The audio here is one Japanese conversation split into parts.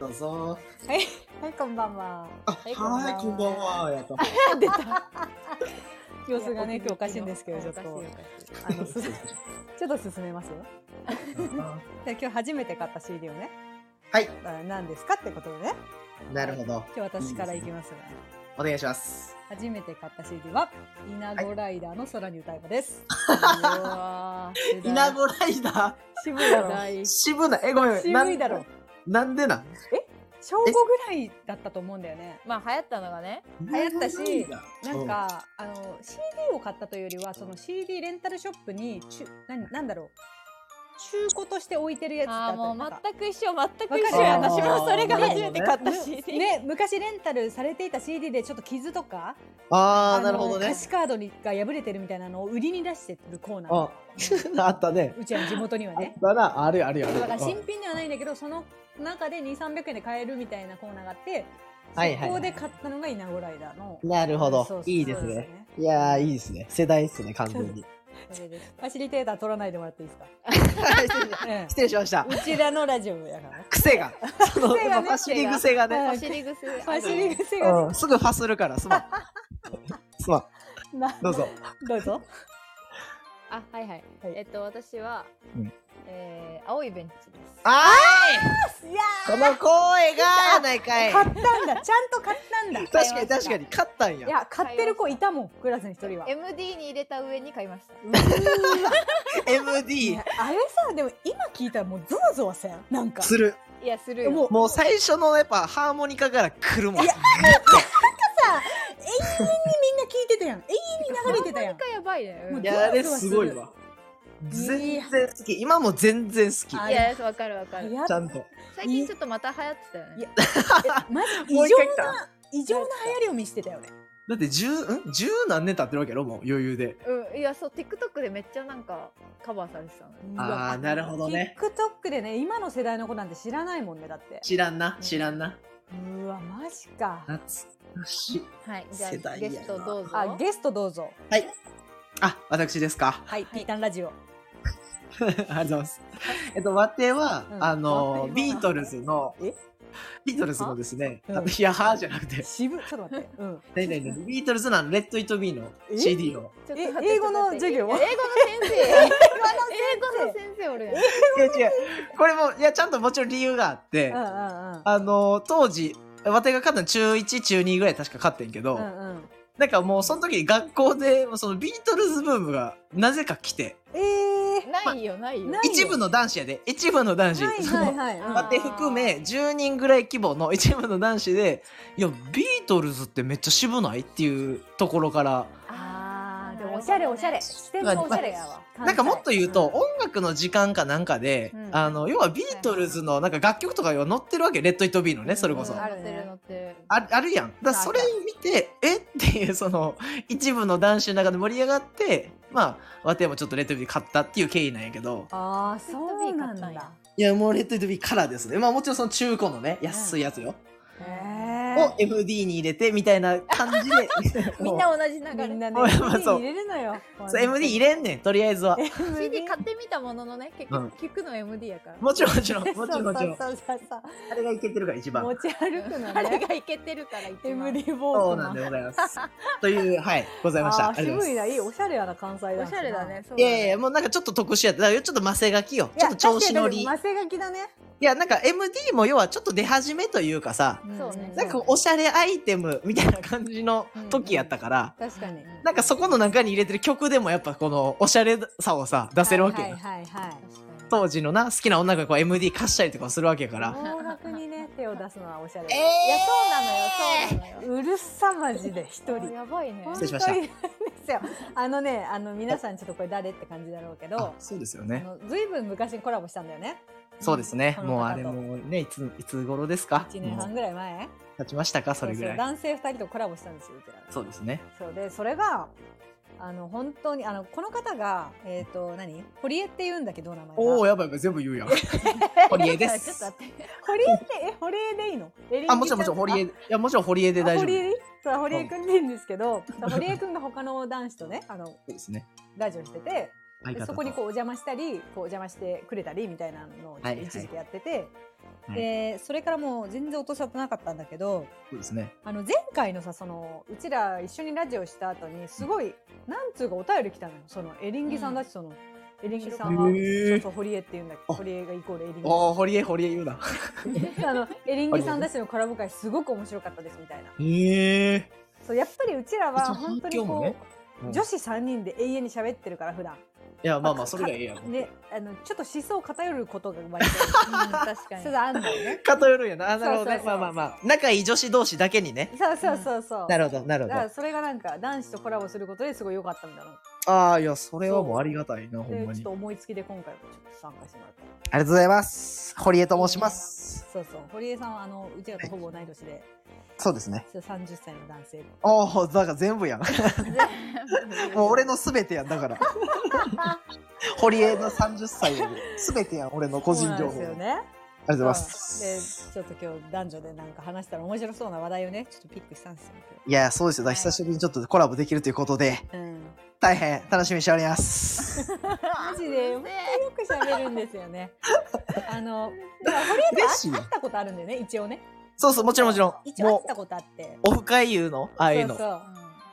どうぞ。はい、こんばんは。あ、はい、こんばんは。や った。出た。様子がね、今日おかしいんですけど、ちょっと、あの、す ちょっと進めますよ。で、今日初めて買った CD をね、はい、あ何ですかってことでね、なるほど。今日私からいきますが、お願いします。初めて買った CD は、イナゴライダーの空に歌えばです。イナゴライダ渋いだろ。ー。渋な、え、ごめんごめん。渋いだろ。なんなんでなん小5ぐらいだったと思うんだよね。まあ流行ったのがね流行ったしなん、か、あの CD を買ったというよりはその CD レンタルショップに中何なんだろう中古として置いてるやつだあっーたもりなんかう全く一緒全く一緒わかる私もそれが初めて買ったね CD ね昔レンタルされていた CD でちょっと傷とかあああ、なるほどのね歌。詞カードにが破れてるみたいなのを売りに出してるコーナーあ、あ ったね。うちは地元にはあっねたな、あるよあるよあるだよ。から新品ではないんだけどその中で2300円で買えるみたいなコーナーがあってはいはいはいそこで買ったのがイナゴライダーのなるほそうそうど。そういいですね。いやー、いいですね。世代ですね、完全 に。それですファシリテーター取らないでもらっていいですか、ええ失礼しました。うちらのラジオやから。癖が。その、癖がやねっぱ走り癖がね。はい走り癖ファシリ癖がねうん、すぐファするから、すまん。すまん。などうぞ。どうぞ。あはいはいはいえっと私はうんえー青いベンチですあいやーこの声がやないかーい。買っ確たんだ。ちゃんと買ったんだ。かに確かに、勝ったんいや。や、買ってる子いたもん、クラスに一人は。 MD に入れた上に買いました MD あれさ、でも今聞いたらもうゾワゾワせん。なんか。する。いやするよももう最初のやっぱハーモニカから来るもん。いやみんな聞いてたやん。永遠に流れてたやん一。回やばいねうんもういや、あれすごいわ。全然好き。今も全然好き。あいやわかるわかるやちゃんと。最近ちょっとまた流行ってたよいねやマジ異もう常一回来たな、異常な流行りを見せてたよね。だって十、ん十何年経ってるわけやろもう余裕で。うんいやそう TikTok でめっちゃなんかカバーされてたのよあーなるほどね。 TikTok でね、今の世代の子なんて知らないもんね、だって。知らんな、知らんな。うわ、マジか。懐かしい。はいじゃ世あ代ゲやなストどうぞあ、ゲストどうぞ。あ、私ですか。 はい、ピータンラジオ。ありがとうございます。えっと、ワテは、うんあワテの、はビートルズのえ、ビートルズのですね、うんあのいや、はじゃなくて、渋ちょっと待って。うん。何々々ビートルズのあのレッド・イット・ビーのえ CD を。ちょっえと待って英語のちょっと待って授業いや英語の先生英語の先先生おるやんいや、違う。これも、いや、ちゃんともちろん理由があって、うんうんうん。あの、当時、わてが勝ったの中1、中2ぐらい確か勝ってんけど、うんうん。なんかもうその時に学校で、そのビートルズブームがなぜか来て、ええないよないよないよ一部の男子やで、一部の男子。はいそのはいあまはあ、て含め10人ぐらい規模の一部の男子で「いやビートルズってめっちゃ渋ない?」っていうところからい。ああ、ーででももおおししゃゃれれおおししゃゃれ。れ視点がおしゃれやわ。なんかもっと言うと、関音楽の時間かなんかで、うんあの要はビートルズのなんか楽曲とかが載ってるわけ「レッド・イット・ビー」のねそれこそ。うん乗ってる乗ってるああるやん。だからそれあ見て、えっていう、その、一部の男子の中で盛り上がって、まあ、わてもちょっとレッドビー買ったっていう経緯なんやけど、ああ、レッそドうビーな買んっただんや。いや、もうレッドビーからですね。まあもちろんその中古のね、安いやつよ。へをえ。 MD に入れてみたいな感じでみんな同じ流 みんれなね、おい MD まあそう入れるのよ。そう MD 入れんねんとりあえずは CD 買ってみたもののね結うん局聞くの MD やからもちろんもちろんそうもちろんもちろんそうそうそうあれがいけてるから一そう番持ち歩くのあれね。がいけてるから一番 MD ウォークマン。そうなんでございますというはいございましたああーりがとうご渋ざいますいな、いいおしゃれやな関西だ。おしゃれだね。そういだやいねやもうなんかちょっと特殊やっただからちょっとマセガキよいちょやっと調子乗りい確やかにマセガキだね。なんか MD も要はちょっと出始めというかさそうねなんかおしゃれアイテムみたいな感じの時やったから、確かに。なんかそこの中に入れてる曲でもやっぱこのおしゃれさをさ出せるわけよ、はいはいはいはい。確か当時のな好きな女がこう MD 貸したりとかするわけやから、洋楽にね手を出すのはおしゃれ。にいやそうなのよそうなのようるさまじで一あ人。やばいね失礼しました本当にですよ。あのねあの皆さんちょっとこれ誰って感じだろうけあど、そうですよあねのずいぶん昔にコラボしたんだよね。そうですね。このも方とうあれもね、いつ、いつ頃ですか一年半もうぐらい前。経ちましたかそれぐそうらそうい。男性二人とコラボしたんですようちら。そうですね。そうでそれがあの本当にあのこの方がえっ、と何堀江って言うんだけど名前が。おお、やばいやばい、全部言うやん。 堀江でちょっとす。待って堀江ってえ堀江でいいの？あ、もちろんもちろん堀江。いや、もちろん堀江であ大丈夫。堀そ江そ う堀江くんでいいんですけど、そう堀江くんが他の男子とね、あのうですね。ラジオしてて、相で方とそこにこうお邪魔したりこうお邪魔してくれたりみたいなのをちょっと一時期やってて、はいでそれからもう全然音沙汰なかったんだけどそうですね。あの前回のさそのうちら一緒にラジオした後にすごいなんつうかお便り来たのよそのエリンギさんだし、そのエリンギさんは、へーそうそう堀江っていうんだけどあ堀江がイコールエリンギおお、堀江、堀江言うな。 あのエリンギさんだしのコラボ会すごく面白かったですみたいなへえ。そうやっぱりうちらは本当に今日もこねう、うん女子3人で永遠に喋ってるから普段いや、まあまあ、それがええやかん。ね、あのちょっと思想偏ることが割と確かにちょっとあんのよ ね。偏るんやな。あなるほどそうそうね。そまあうまあまあ。仲いい女子同士だけにね。そうそうそうそう。なるほど、なるだほからど。それがなんか男子とコラボすることですごい良かったんだろああ、いや、それはもうありがたいな、ほんまう。でちょっに。とあ思いつきで今回もちょっと参加してもらった。りがとうございます。堀江と申します。そうそう。堀江さんはあのうちらとほぼ同い年で、そうですね。そう30歳の男性。おお、だから全部やん。 もう俺ののすべてやん、だ から。堀江の30歳より、すべてやん、俺の個人そ情うなん報。あですよりね。がとうございま。ですちょっと今日男女でなんか話したら面白そうな話題をねちょっとピックしたんですよ。いや、そうですよ。だから久しぶりにちょっとコラボできるということで、今日うん。大変楽しみにしており ます。マジで本当によく喋るんですよ ね。あの、だから堀江嬉さしいんよ会ったことあるんだよね一応ね。そうそう、もちろんもちろ一ん。も応会っうた、ことあって。オフ会言うのああいうの。そう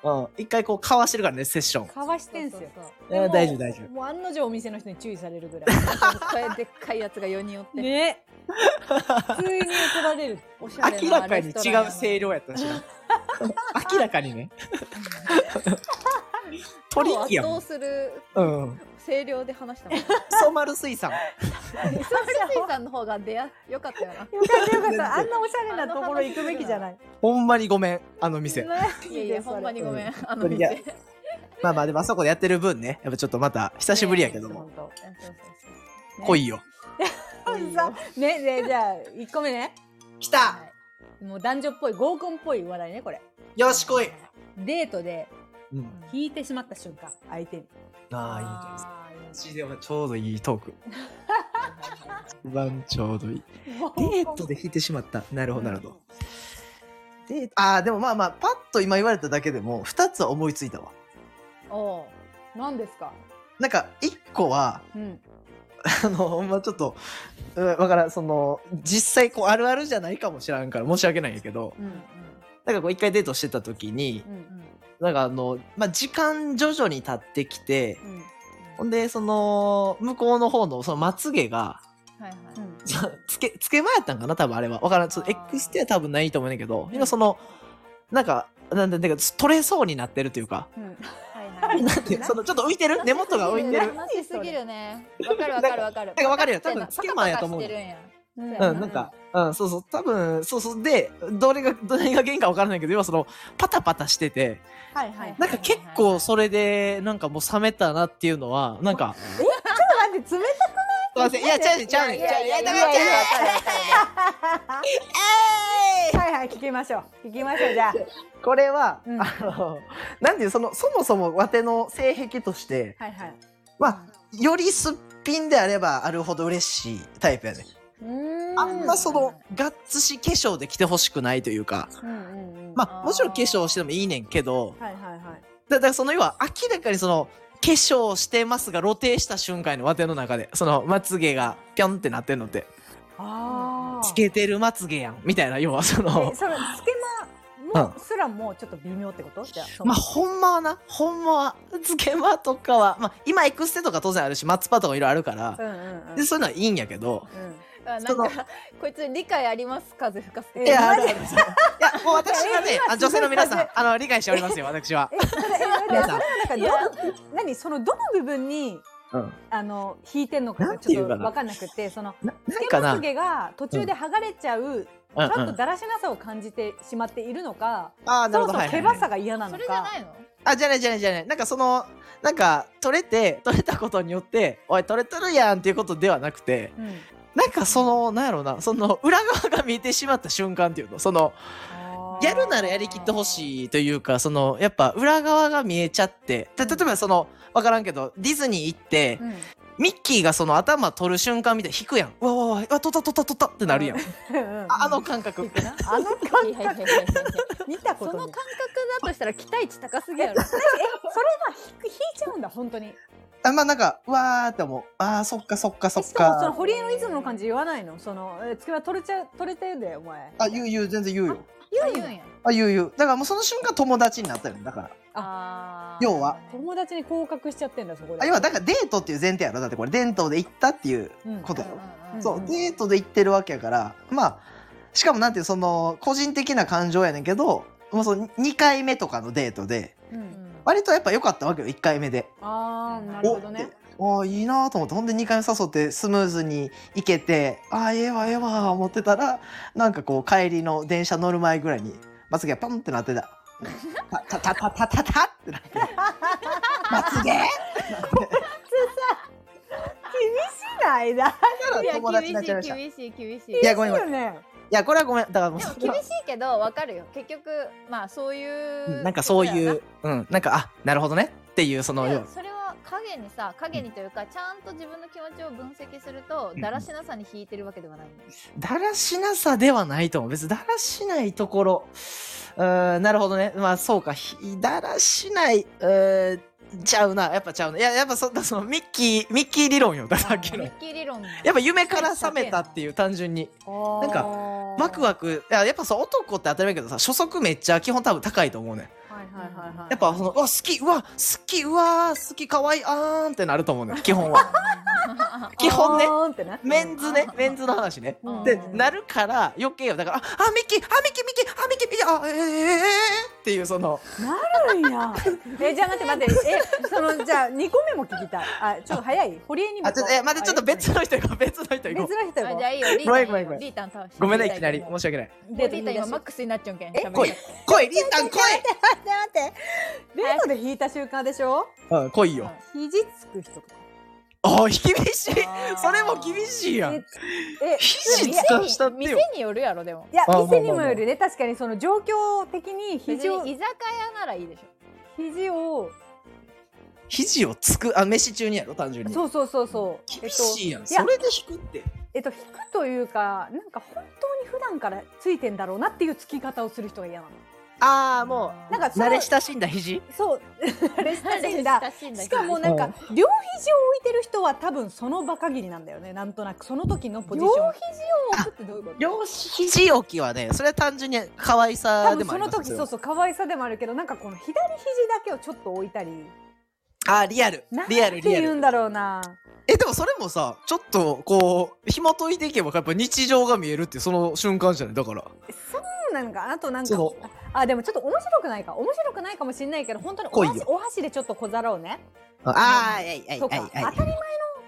うん。一回こう、交わしてるからね、セッション。そう。かわしてんすよ。いやでも大丈夫大丈夫もう案の定お店の人に注意されるぐら い。これでっかいやつが4人おって、ね。普通に怒られる。おしゃれ明ならかに違う声量やったしな 明らかにね。トリ鳥ッキーやもん圧倒。するうん。声量で話 したもんソマル水産。磯水さんの方が出やよかったよなよかったよかった。あんなおしゃれなところ行くべきじゃない。ほんまにごめん、あの 店。いやいやほんまにごめん、うあのいや店まあまあ、でもあそこでやってる分ね、やっぱちょっとまた久しぶりやけども、も。ね来いよ。いいさよねねじゃあ一個目ね。来たもう男女っぽい合コンっぽい話題ねこれ。よし来いデートでうん。引いてしまった瞬間相手に。ああ、いいじゃないですか。あーいいマジでちょうどいいト ーク。一番ちょうどいい。合コンデートで引いてしまった。なるほど、なるほど。デートああ、でもまあまあ、パッと今言われただけでも、2つは思いついたわ。おう何ですか。なんか、1個は、 うん。あの、ほんまちょっと、うんわからん、その、実際こう、あるあるじゃないかもしらんから申し訳ないんやけど、ううんうんん。なんかこう、一回デートしてた時にう、ん。なんかあの、まあ、時間徐々に経ってきてう、ん。ほんで、その、向こうの方の、その、まつげが、はいはい、うん。つけ、つけ前やったんかな多分あれは。わからん。ちょっとあー X っては多分ないと思うんだけど、今その、なんか、なんだ、なんか、取れそうになってるというか、うん。はいはい なんて、その、ちょっと浮いてる根元が浮いてる。なしすぎるね。わかるわかるわかる。なんかわかるよ多分つけまんやと思うパねカパカしてるんや。う、うんうんなんか、うん、そうそう、多分、そうそう、で、どれが、どれが原因かわからないけど、要はその、パタパタしてて、はいはい。なんか結構それで、なんかもう冷めたなっていうのは、なんか、すい待って冷ません、いや、ちゃうねん、ちゃうねん、ちゃうねん、いや、ダメちゃうたい。はいはい聞きましょう。聞きましょうじゃあ。これは、うんあの、なんで、その、そもそもわての性癖として、はいはい。まあ、よりすっぴんであればあるほど嬉しいタイプやね。うんあんまその、がっつし化粧で来てほしくないというか、うんうんうん。まあ、もちろん化粧してもいいねんけど、はいはいはい。だだからその要は明らかにその化粧してますが露呈した瞬間のわての中でそのまつげがぴょんってなってんのってああ。つけてるまつげやんみたいな要はそのえそのつけまもすらもちょっと微妙ってことじゃあ。そのまあほんまはなほんまはつけまとかはまあ今エクステとか当然あるしマツパとかいろいろあるからうんうんうん。でそういうのはいいんやけどうん。あなんか、 こいつ理解あります風吹かせて。えいやあマるジあるいやもう私 はねあ女性の皆さすんあの理解しておりますよ私はえ、それえ待って皆さんそれはなんかどの何そのどの部分にうんあの引いてんのかながんていちうょかっなと分かんなくてそのななつんけかまなつげが途中で剥がれちゃう、ちうんょっうとんだらしなさを感じてしまっているのか、あーそなるもほそどもはいは毛いは羽いさが嫌なのかそれじゃないのあ、じゃないじゃないじゃない。なんかその、なんか、取れて、取れたことによって、おい、取れとるやんっていうことではなくて、うんなんかその、なんやろうな、その、裏側が見えてしまった瞬間っていうの、その、やるならやりきってほいしいというか、その、やっぱ裏側が見えちゃって、た例えばその、わからんけど、ディズニー行って、うんミッキーがその頭取る瞬間みたいに引くやん。うわうわうわ、うわ、取った取った取ったってなるやん。うんああの感覚。あのい感やいやい覚やいや見たこ そとのない感覚だとしたら期待値高すぎやろ。えそれは引く引いちゃうんだ本当にあまあなんかうわーって思うあーそっかそっかそえっしかもそのか堀江のいつもの感じ言わないのそのえつけは取れちゃ取れてんだよお前あ言う言う全然言うよ 言うんや。あ言う言うだからもうその瞬間友達になったよねだからあ要は友達に降格しちゃってんだそこであ今だからデートっていう前提やろだってこれデートで行ったっていううんことやろ、うんそうデートで行ってるわけやからまあしかもなんていうその個人的な感情やねんけどもうその2回目とかのデートでうん割とやっぱ良かったわけよ1回目で。あーなるほどねおってあーいいなと思ってほんで2回目誘ってスムーズに行けてあーええわええわ思ってたらなんかこう帰りの電車乗る前ぐらいにまつげがポンってなってた。たたたたたたたってなってまつげしないだだから友達になっちゃいましたい厳しい厳しい。やごめんごめんよいねやこれはごめんだからもうでもそれ厳はしいけどわかるよ結局まあそういう、うんなんかそういこううんなんかあなるほどねっていうそとのだよよなそれは影にさ影にというかちゃんと自分の気持ちを分析するとうんだらしなさに引いてるわけではないんです、だらしなさではないと思う別にだらしないところうーんなるほどねまあそうかひだらしないうーんちゃうなやっぱちゃうないややっぱそそのミッキーミッキー理論よだからさっきのミッキー理論やっぱ夢から覚めたっていう単純になんかワクワクいややっぱそう男って当たり前やけどさ初速めっちゃ基本多分高いと思うねんはいはいはいはいやっぱそのうわ好きうわ好きうわ好きかわいいあーんってなると思うねん基本 は基本ねあーんってねメンズねメンズの話ねうんでうんなるから余計よだからああミッキーあミッキーミッキーあミッキーミッキーあえー、えー、えーっていうそのなるんやえじゃあ待って待ってえそのじゃあ二個目も聞きたいあちょっと早い堀江にもあちょっとえ待ってちょっと別の人行こう別の人別行こうの人あじゃあがいいよリーごタめんごめンんごめんリータン倒してごめんねいきなりリー申し訳ないタンリータン今マックスになっちゃうんけんえ来い来いリンタン来待って待ってデートで引いた瞬間でしょいうん来いよ肘つく人とかあー厳しいあーそれも厳しいやんええ肘つかしたって店よによるやろでもいやあ店にもよるね確かにその状況的に別肘をに居酒屋ならいいでしょ肘を肘をつくあ飯中にやろ単純にそうそうそうそう厳しいやん、いやそれで引くってえっと、引くというかなんか本当に普段からついてんだろうなっていうつき方をする人が嫌なのああもうなんかそう慣れ親しんだ肘そうあれ親しんだ親しんだしかもなんか両肘を置いてる人は多分その場限りなんだよねなんとなくその時のポジション両肘を置くってどういうこと両肘置きはねそれは単純に可愛多さで分もありそまのす時そうそそう可愛さでもあるけどなんかこの左肘だけをちょっと置いたりれはあーリアルなんてリアルリア言うルんだろうなえでもそれもさちょっとこう紐解いていけばやっぱ日常が見えるっていうその瞬間じゃないだからそうなのかあとなんかそのあでもちょっと面白くないか面白くないかもしれないけど本当にお来い箸よお箸でちょっと小皿をねああいやいやいとかや当いたやり前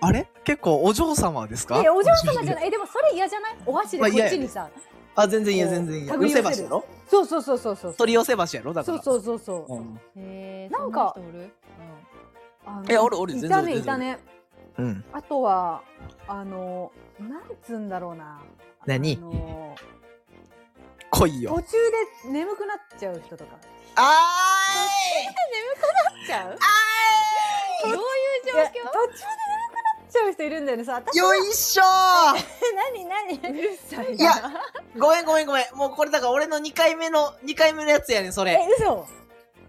あれ結構お嬢様ですかえお嬢様じゃないえでもそれ嫌じゃないお箸でこっちにさ あ全然いいや全然いいや手繰寄りせ寄せる橋やろそうそうそうそうそう取り寄せ橋やろだかそらうそうそうそううんへーなんかそな人おるあのえおるおるい全然たおるねい全然たおるねうんあとはあのなんつうんだろうな何あの来いよ途中で眠くなっちゃう人とかあちゃうどういう状況途中で眠くなっちゃう人いるんだよねさー私よいしょー 何何うるさいいやごめんごめんごめん。もうこれだから俺の2回目の、2回目のやつやねん、そえれ。嘘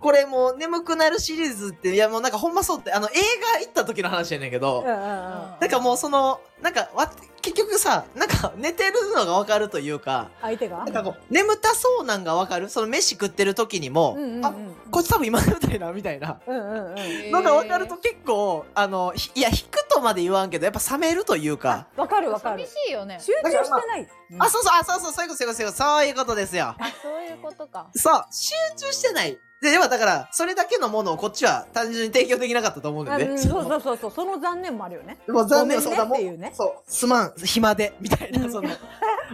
これもう眠くなるシリーズって、いやもうなんかほんまそうって、あの映画行った時の話やねんけうんうど、んうんなんかもうその、なんかわ、結局さ、なんか寝てるのがわかるというか、相手がなんかこう、眠たそうなんがわかるその飯食ってる時にも、うんうんうんあ、こいつ多分今眠たいな、みたいな。うんうんうんのがわかると結構、あの、ひいや、引くとまで言わんけど、やっぱ冷めるというか、わかるわかる寂しいよね集中してないあ、そうそう、あ、そうそう、そういうこと、そういうこと、そういうことですよ。あそういうことかそう、集中してない。で、でもだから、それだけのものをこっちは単純に提供できなかったと思うあんうでね。んそうそうそうそうその残念もあるよねもう残念、ごそうめんだねもっていうねう。そう、すまん、暇で、みたいな、その、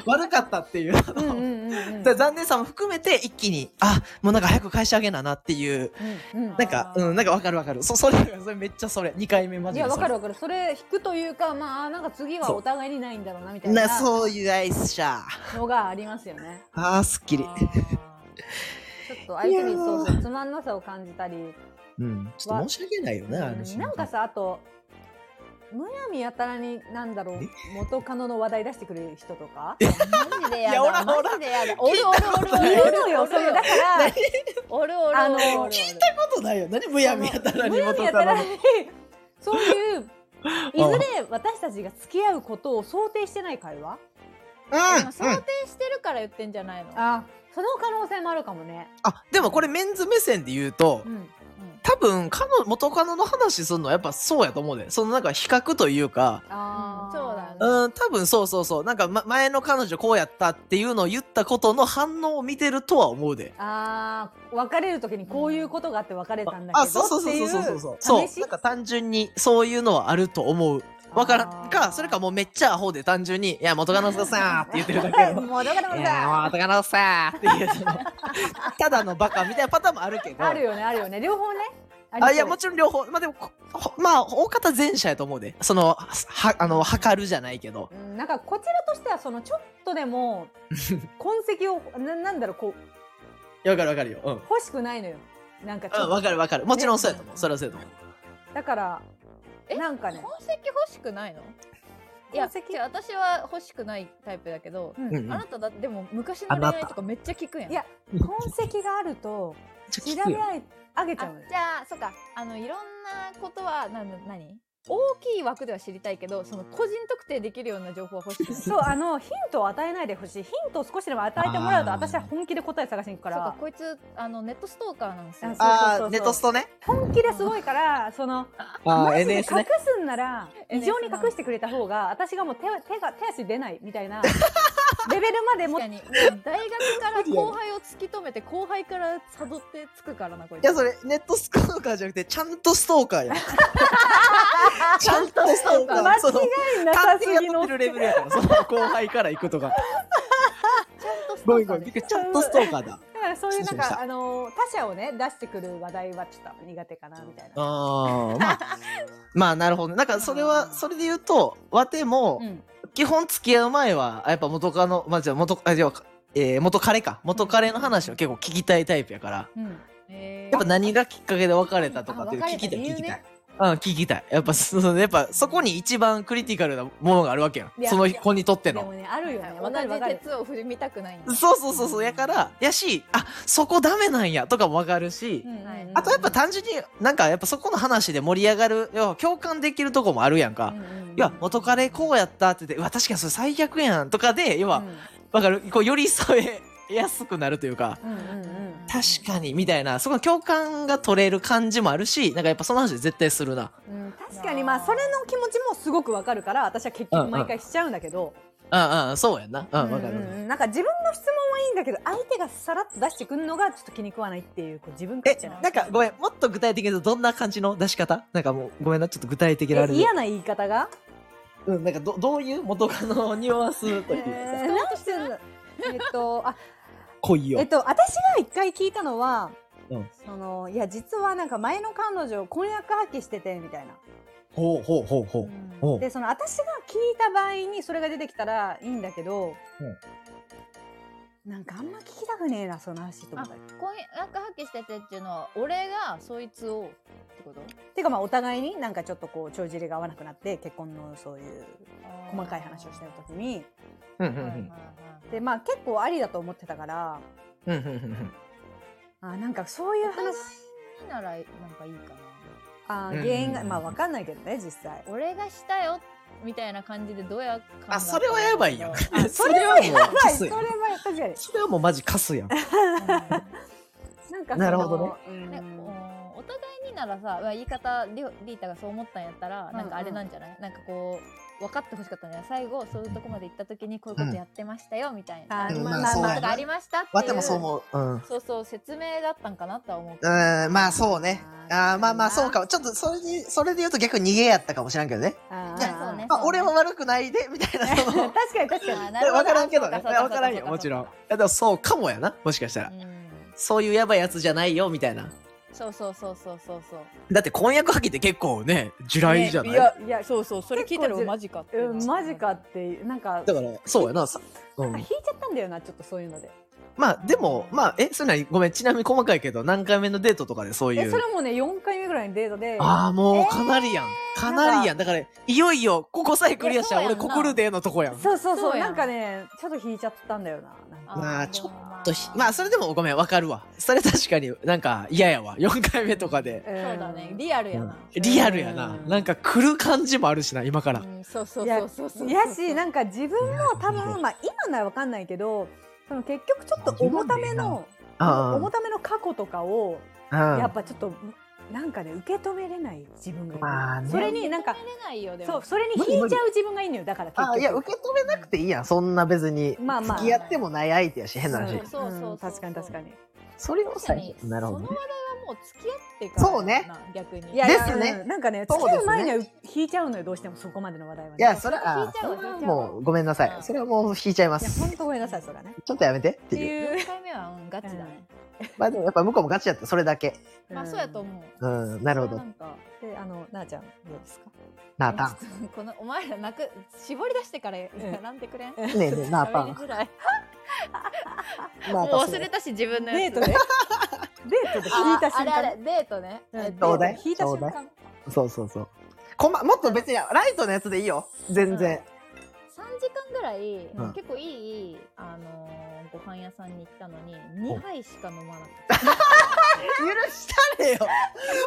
悪かったっていう。あうんうんのうんうんだから残念さも含めて、一気に、あ、もうなんか早く返し上げななっていう。うんうんなんか、あーうん、なんかわかるわかる。そ、それ、それめっちゃそれ。2回目マいジでやそれ。わかるわかるそれ引くというかまあなんか次はお互いにないんだろうなみたいなな、そういうアイスシャー。のがありますよねあー、すっきりあ。ーちょっと相手にいやーそうそうつまんなさを感じたりうん。ちょっと申し訳ないよね、あのなんか、さあとむやみやたらになんだろう元カノの話題出してくる人とかいるマジでやいやおらだんおらんマジでやだお聞いるたおることおなるいのよそれだかおるおるおるおるおるあのおるおる聞いたことないよ。何むやみやたららにむや元みカやたノらのに そそういういずれ私たちが付き合うことを想定してない会話でも想うん、う定ん、してるから言ってんじゃないの、あその可能性もあるかもね。あでもこれメンズ目線で言うとうん、多分彼女元カノの話するのはやっぱそうやと思うでそのなんか比較というかあーそうだねうん多分そうそうそうなんか、ま、前の彼女こうやったっていうのを言ったことの反応を見てるとは思うであー別れる時にこういうことがあって別れたんだけどあそうそうそうそうそうそうそうってい試しなんか単純にそういうのはあると思うわからんかそれかもうめっちゃアホで単純に「いや元カノさん」って言ってるだけ やろもうどこでもいやさもう元カノさんっていう そのただのバカみたいなパターンもあるけどあるよねあるよね両方ねりそうあいやもちろん両方まあでもこほまあ大方前者やと思うでそのはあの測るじゃないけどうんなんかこちらとしてはそのちょっと でも痕跡をななんだろうこうわかるわかるようん欲しくないのよなんかちょっうとんわかるわかるもちろんそうやと思うねそれはそうやと思うだからえなんか本ね籍欲しくないのいや本籍違う私は欲しくないタイプだけど、うんうんうんあなただでも昔の恋愛とかめっちゃ聞くやんいや痕跡があるとちょ調聞くべよ上げちあゃうのよじゃあそっかあのいろんなことはなんだ何大きい枠では知りたいけどその個人特定できるような情報は欲 しくないそうあのヒントを与えないでほしいヒントを少しでも与えてもらうとあー私は本気で答え探しに行くかそうからこいつあのネットストーカーなんですよあそうあそうそうそーうネットストね本気ですごいからそのあマージで隠 NS ねすんなら異 NS 常に隠してくれた方が私がもう手は手が手足出ないみた いなレベルまでも確かにもう大学から後輩を突き止めて後輩から辿ってつくからなこいついやそれネットストーカーじゃなくてちゃんとストーカー やちゃんとストーカー間違いそのなさ探す偵やぎっのてるレベルやからその後輩から行くとかちゃんとストごめんーごカーめんでちゃんとストーカーだだからそういう失なん礼しましかたあの他者をね出してくる話題はちょっと苦手かなみたいな。あーま あまあなるほどねなんかそれはそれで言うとワテもうん基本付き合う前はやっぱ元カノまあじゃあ元あじゃあえー元彼か元彼の話を結構聞きたいタイプやからうんえーやっぱ何がきっかけで別れたとかっていうあ聞きたい別れた理聞由きたいね。うん、聞きたい。やっぱ、その、やっぱ、そこに一番クリティカルなものがあるわけやいん。やその子にとってでのも。ねあるよね。わかる同わじかる。鉄を踏みたくないんだそうそうそうそう。やから、やし、あ、そこダメなんや、とかもわかるし、うんうんうんあとやっぱ単純に、なんかやっぱそこの話で盛り上がる、要は共感できるとこもあるやんか。いや、元カレこうやったって言って、うわ、確かにそれ最悪やん、とかで、要は、わかる、こう、寄り添えやすくなるというか、うんうんうん。確かに、みたいな、そこの共感が取れる感じもあるし、なんかやっぱその話絶対するな。うん確かにまあそれの気持ちもすごくわかるから私は結局毎回しちゃうんだけど、うんうん、そうやんな。うん、わかるうわんかうるん。うんなんか自分の質問はいいんだけど相手がさらっと出してくるのがちょっと気に食わないっていうこう自分勝え手な、なんかごめん、もっと具体的に言うとどんな感じの出し方なんかもう、ごめんな、ちょっと具体的なあえれで。嫌な言い方がうん、なんかどどういう元カノニュアンスというかえさ、ーなんていうのえっとあ恋えよっ。と私が一回聞いたのは、うんそのいや実はなんか前の彼女婚約破棄しててみたいなほうほうほうほう。ほうでその私が聞いた場合にそれが出てきたらいいんだけど、なんかあんま聞きたくねえなその話と思ったり婚約破棄しててっていうのは俺がそいつをってことていうかまあお互いになんかちょっとこう帳尻が合わなくなって結婚のそういう細かい話をしてる時にうんうんはういはいはいんでまあ結構ありだと思ってたからうんうんうんあなんかそういう話いいならなんかいいかなあうん原因がまあわかんないけどね実 際。俺がしたよみたいな感じでどうやかあ、それはやばいやん。 そそれれははやもうばカいそスれやはん。確かにそれはもうマジカスやん。なんかなるほどねそのうんね、おお互いにならさうわ言い方リョリータがそう思ったんやったらなんかあれなんじゃない、なんかこう分かってほしかったんじゃない最後そういうとこまで行った時にこういうことやってましたよ、みたいな、あーこまあまんなあこまあとがありましたっていうわてもそう思う。うん。うん、そうそう説明だったんかなとは思うけどまあそうね。あーまあまあそうかも。ちょっとそれに、それで言うと逆に逃げやったかもしらんけどね。あーいやそうねあ、俺は悪くないで、みたいな。 その確かに確かにあーなるほどわからんけどね。そうかそうかわからんよ、そうかもちろん。いやでもそうかもやな、もしかしたら。うんそういうやばいやつじゃないよみたいな。そうそうそうそうそうそうだって婚約破棄って結構ね、地雷じゃない、やいやそうそうそれ聞いたら結構じゅマジかってなうん、マジかってなんかだから、そうやな。さうなんんか引い、ちゃったんだよなちょっとそういうのでまあ、でも、まあ、え、それなに、ごめん、ちなみに細かいけど、何回目のデートとかでそういえうそ。れもね4回目ぐらいのデートでああ、もうかなりやん。かなりやんだからいよいよここさえクリアしたらいや俺そうやんな心でのとこやんそうそうそうそうやんなんかねちょっと引いちゃったんだよななんかあまでもちょっとひまあそれでもごめんわかるわそれ確かになんか嫌やわ4回目とかでそうだねリアルやな、リアルやなうんなんか来る感じもあるしな今からうん、そうそういそやうそうそういやしなんか自分も多分まあ今ならわかんないけどその結局ちょっと重ための重ための過去とかをやっぱちょっとなんかね受け止めれない自分がいる、まあねそれになんか認めれないよでもそうそれに引いちゃう自分がいいのよだから結あ局いや受け止めなくていいやんそんな別にまあまあ付き合ってもない相手やし変な話そうそうそうそうん確かに確かにそれを確かさになるほどそのね話題はもう付き合ってからそうねな逆にいやいやですねうんなんかねそ付うきですね合う前には引いちゃうのよどうしてもそこまでの話題はねいやそれ引はいちゃうわそれは引いちゃうわもうごめんなさいそれはもう引いちゃいまいやす本当ごめんなさいそれはねちょっとやめてっってていういう4回目は、うん、ガチだね、まあでもやっぱ向こうもガチやったそれだけまあそうやと思う、うんなるほどんかうんであのなあちゃんどうですかなあ たんちょっとこのお前ら泣く絞り出してからやうんらんでくれんねえねえなあた喋りんづらいなもあうたんそ忘れれたし自分のデやーつトでデ ートで引いた瞬ああれあ間れデートね、うんえそうだデーよト引いた瞬そ間そうそうそうこまもっと別にライトのやつでいいよ全然3時間ぐらい、うん結構いい、あのーご飯屋さんに行ったのに2杯しか飲まなかっ許したれよ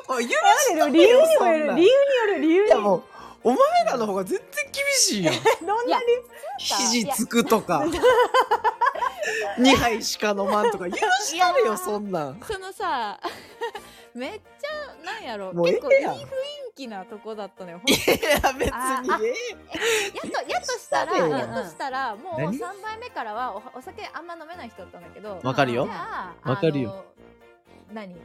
もう許しあれたれよでも理由にもよそんるなん理由による理由いにやよもうるお前らの方が全然厳しいやんどんなに肘つくとか 2杯しか飲まんとか許したれよそんなんたそのさ めっちゃなんやろもうえ結構いえいやん雰囲気なとこだったのよほんいとや別あにええやっとやっとしたらええやんやっとしたらもう何3杯目からはおお酒あんま飲めない人だったんだけどわかるよじゃあわかるよあの何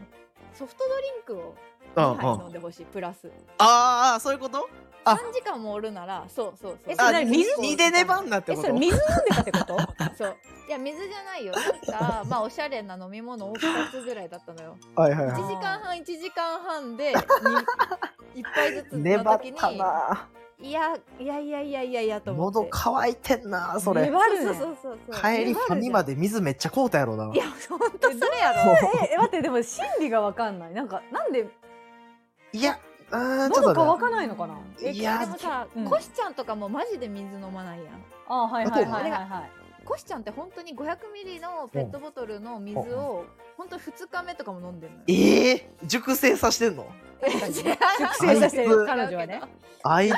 ソフトドリンクをうんう2ん杯飲んでほしいプラスああそういうことあ3時間もおるならそうそうそうえあそれ何水にでねばんなってえこそれと水飲んでたってことそういや水じゃないよなんかまあおしゃれな飲み物を2つぐらいだったのよはいはい1は時間半1時間半で1杯ずついの粘っ時にたないやいやいやいやいやいやと思って喉乾いてんな それ粘るそうねそうそうそう帰りファミマで水めっちゃ買うたやろないや本当それやろもええ待ってでも心理がわかんないなんかなんでういやうーんちょ喉っとね乾かないのかなえいやでもさ、うんコシちゃんとかもマジで水飲まないやんあはいはいはいはいはいコシちゃんって本当に500ミリのペットボトルの水を本当2日目とかも飲んでるのよ ええ熟成さしてんの熟成させてあいるつ彼女はねあいつ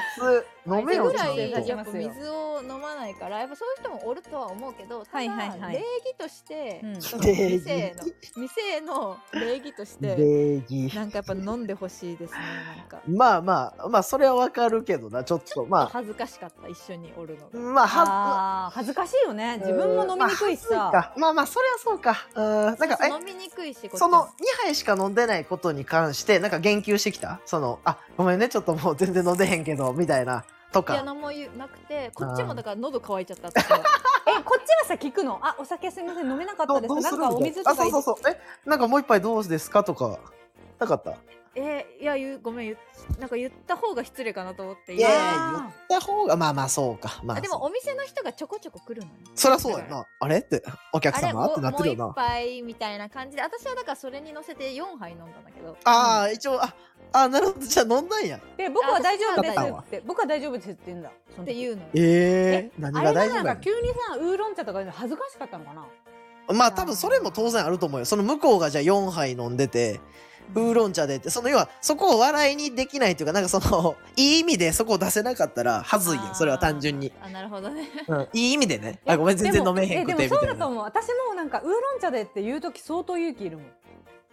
飲めそれよぐちゃらんいちょっととやっぱ水を飲まないからやっぱそういう人もおるとは思うけどただ、はいはいはい礼儀として、うんその礼儀店への店への礼儀として礼儀なんかやっぱ飲んでほしいですねなんかまあまあまあそれはわかるけどなちょっとま恥ずかしかった一緒におるのあが。まあはあー恥ずかしいよね自分も飲みにくいしまあさかまあまあそれはそうかうんなんかえそう飲みにくいしこっちそもの2杯しか飲んでないことに関してなんか言及してきたそのあごめんねちょっともう全然飲んでへんけどみたいなといやか何も言うなくてこっちもだから喉乾いちゃったってえこっちはさ聞くのあお酒すみません飲めなかったどですどうなすんるかおみた水いとなあかそういそうそうえなんかもう一杯どうですかとかなかった えいや言うごめん言うなんか言った方が失礼かなと思っていやい言わや言った方がまあまあそうかまなあいあでもお店の人がちょこちょこ来るのよそりゃそうやなあれってお客様あってなってるれよもうな一杯みたいな感じで私はだからそれに乗せて4杯飲んだんだけどああ一応ああなるほどじゃあ飲んだんやで僕は大丈夫ですあそうだって僕は大丈夫ですって言うんだそっのて時いうのよええ何あが大れが事ななんのか急にさウーロン茶とか言うの恥ずかしかったのかなまあ多分それも当然あると思うよその向こうがじゃあ4杯飲んでてウーロン茶でってその要はそこを笑いにできないというかなんかその いい意味でそこを出せなかったらはずいやんそれは単純に、あーあなるほどね うんいい意味でねあごめん全然飲めへんでくもてみえでたもそういだとな思う私もなんかウーロン茶でって言う時相当勇気いるもん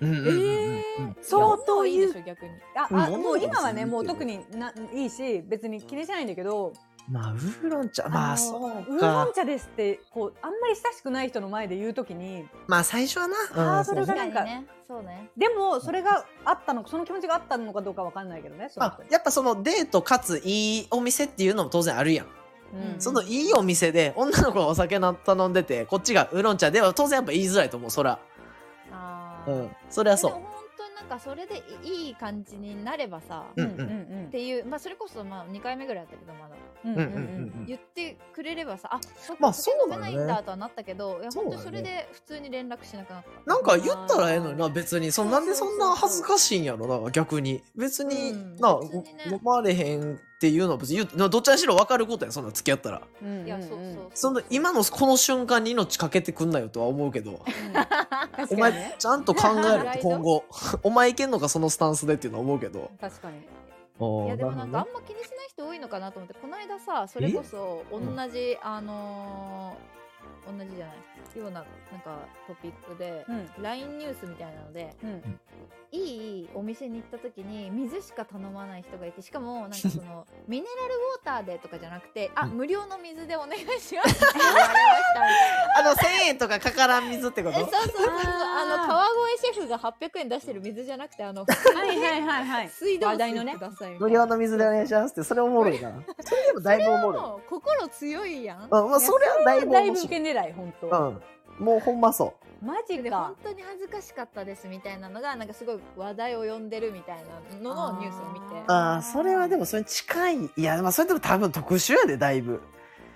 うんうんうんうんうん相当いい勇でしょ逆にあ、うんあ女のも子でうす今はねいいけどもう特にないいし別に気にしないんだけどまあウーロン茶まのあそうウーロかン茶ですってこうあんまり親しくない人の前で言うときにまあ最初はなハうんードルそうがねなんか確ねそうねでもそれがあったのその気持ちがあったのかどうかわかんないけどねそのあ人にやっぱそのデートかついいお店っていうのも当然あるやんうんそのいいお店で女の子がお酒な頼んでてこっちがウーロン茶では当然やっぱ言いづらいと思うそらあーうんそれはそでうも本当になんかそれでいい感じになればさ、うんうんうんっていう、まあ、それこそまあ2回目ぐらいだったけどまだうんうんうんうん言ってくれればさあそっまかあ酒そう飲だめねないんだとはなったけどいやそう本だね当それで普通に連絡しなくなったなんか言ったらええのにな別にそのそなうんそうでそうそんな恥ずかしいんやろだから逆に別に、うんな別にね飲まれへんっていうのは別に言うなどっちにしろ分かることやそんな付き合ったらうんうんいやそうそうその今のこの瞬間に命かけてくんなよとは思うけどお確かに前ねちゃんと考えろプラとイド今後 お前いけんのかそのスタンスでっていうのは思うけど確かにいやでもなんかああんま気にしない人多いのかなと思ってこの間さそれこそ同じあのー同じじゃないようななんかトピックでうん LINE ニュースみたいなのでうんいいお店に行った時に水しか頼まない人がいてしかもなんかそのミネラルウォーターでとかじゃなくてあうん無料の水でお願いしますって言われましたあの1000円とかかからん水ってこえそうとそうそうそうああーの川越シェフが800円出してる水じゃなくてあのはいはいはいはい水道話題水のねくださいみた無いな料の水でお願いしますってそれおもろいなそれでもだいぶおもろもう心強いやんい、うんまあ、 それはだいぶだい面ぶ受白けい狙い本当、うんもうほんまそマジでか本当に恥ずかしかったですみたいなのがなんかすごい話題を呼んでるみたいなののニュースを見てうああそれはでもそれに近いいやまあそれでも多分特殊やでだいぶ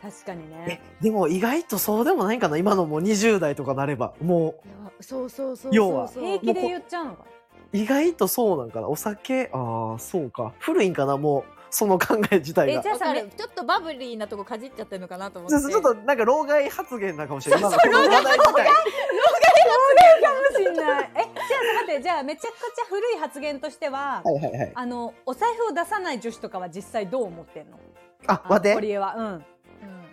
確かにえねでも意外とそうでもないんかな今のもう20代とかなればもいやそうそうそう要はそうそう平気で言っちゃうのかう意外とそうなんかなお酒ああそうか古いんかなもうその考え自体えがじゃあわかさるめちょっとバブリーなとこかじっちゃってるのかなと思っちょてっとちょっとなんか老害発言なかもしれない。今のこの話題自体かもしんないえじゃあ待ってじゃあめちゃくちゃ古い発言としては、はいはいはい。あのお財布を出さない女子とかは実際どう思ってんのあ、あ待っ堀て。江はうんうん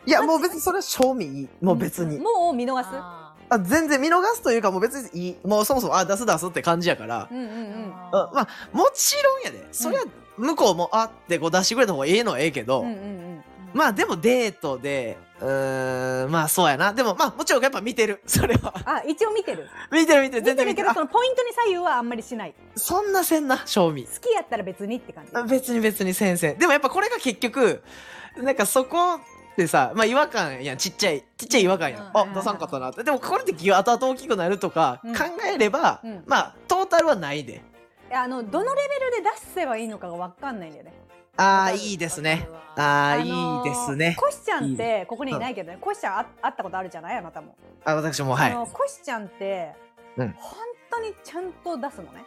いやもう別にそれは賞味いい。もう別に。もう見逃すああ全然見逃すというかもう別にいい。もうそもそもあ出す出すって感じやからう。んうんうーんあまあもちろんやで。それは向こうもあってこう出してくれた方がええのはええけど。うんうんまあでもデートで、うーん、まあそうやな。でもまあもちろんやっぱ見てる。 それは。あ一応見てる見てる見てる。全見て然る見けてどる。そあのポイントに左右はあんまりしないそんなせんな、賞味。好きやったら別にって感じ別に別に先生。でもやっぱこれが結局、なんかそこってさ、まあ違和感やん。ちっちゃい、ちっちゃい違和感やん。うんあ、出さんかったなって。でもこれって気が後々大きくなるとかうん考えれば、うんまあトータルはないで。あのどのレベルで出せばいいのかがわかんないんだよねあわあ、かるいいですね。わかるわああ、のーいいですね。コシちゃんってここにいないけどね、コシちゃんあ会ったことあるじゃないあなたも、あ、私もはい。ああのコシちゃんって、うん本当にちゃんと出すのね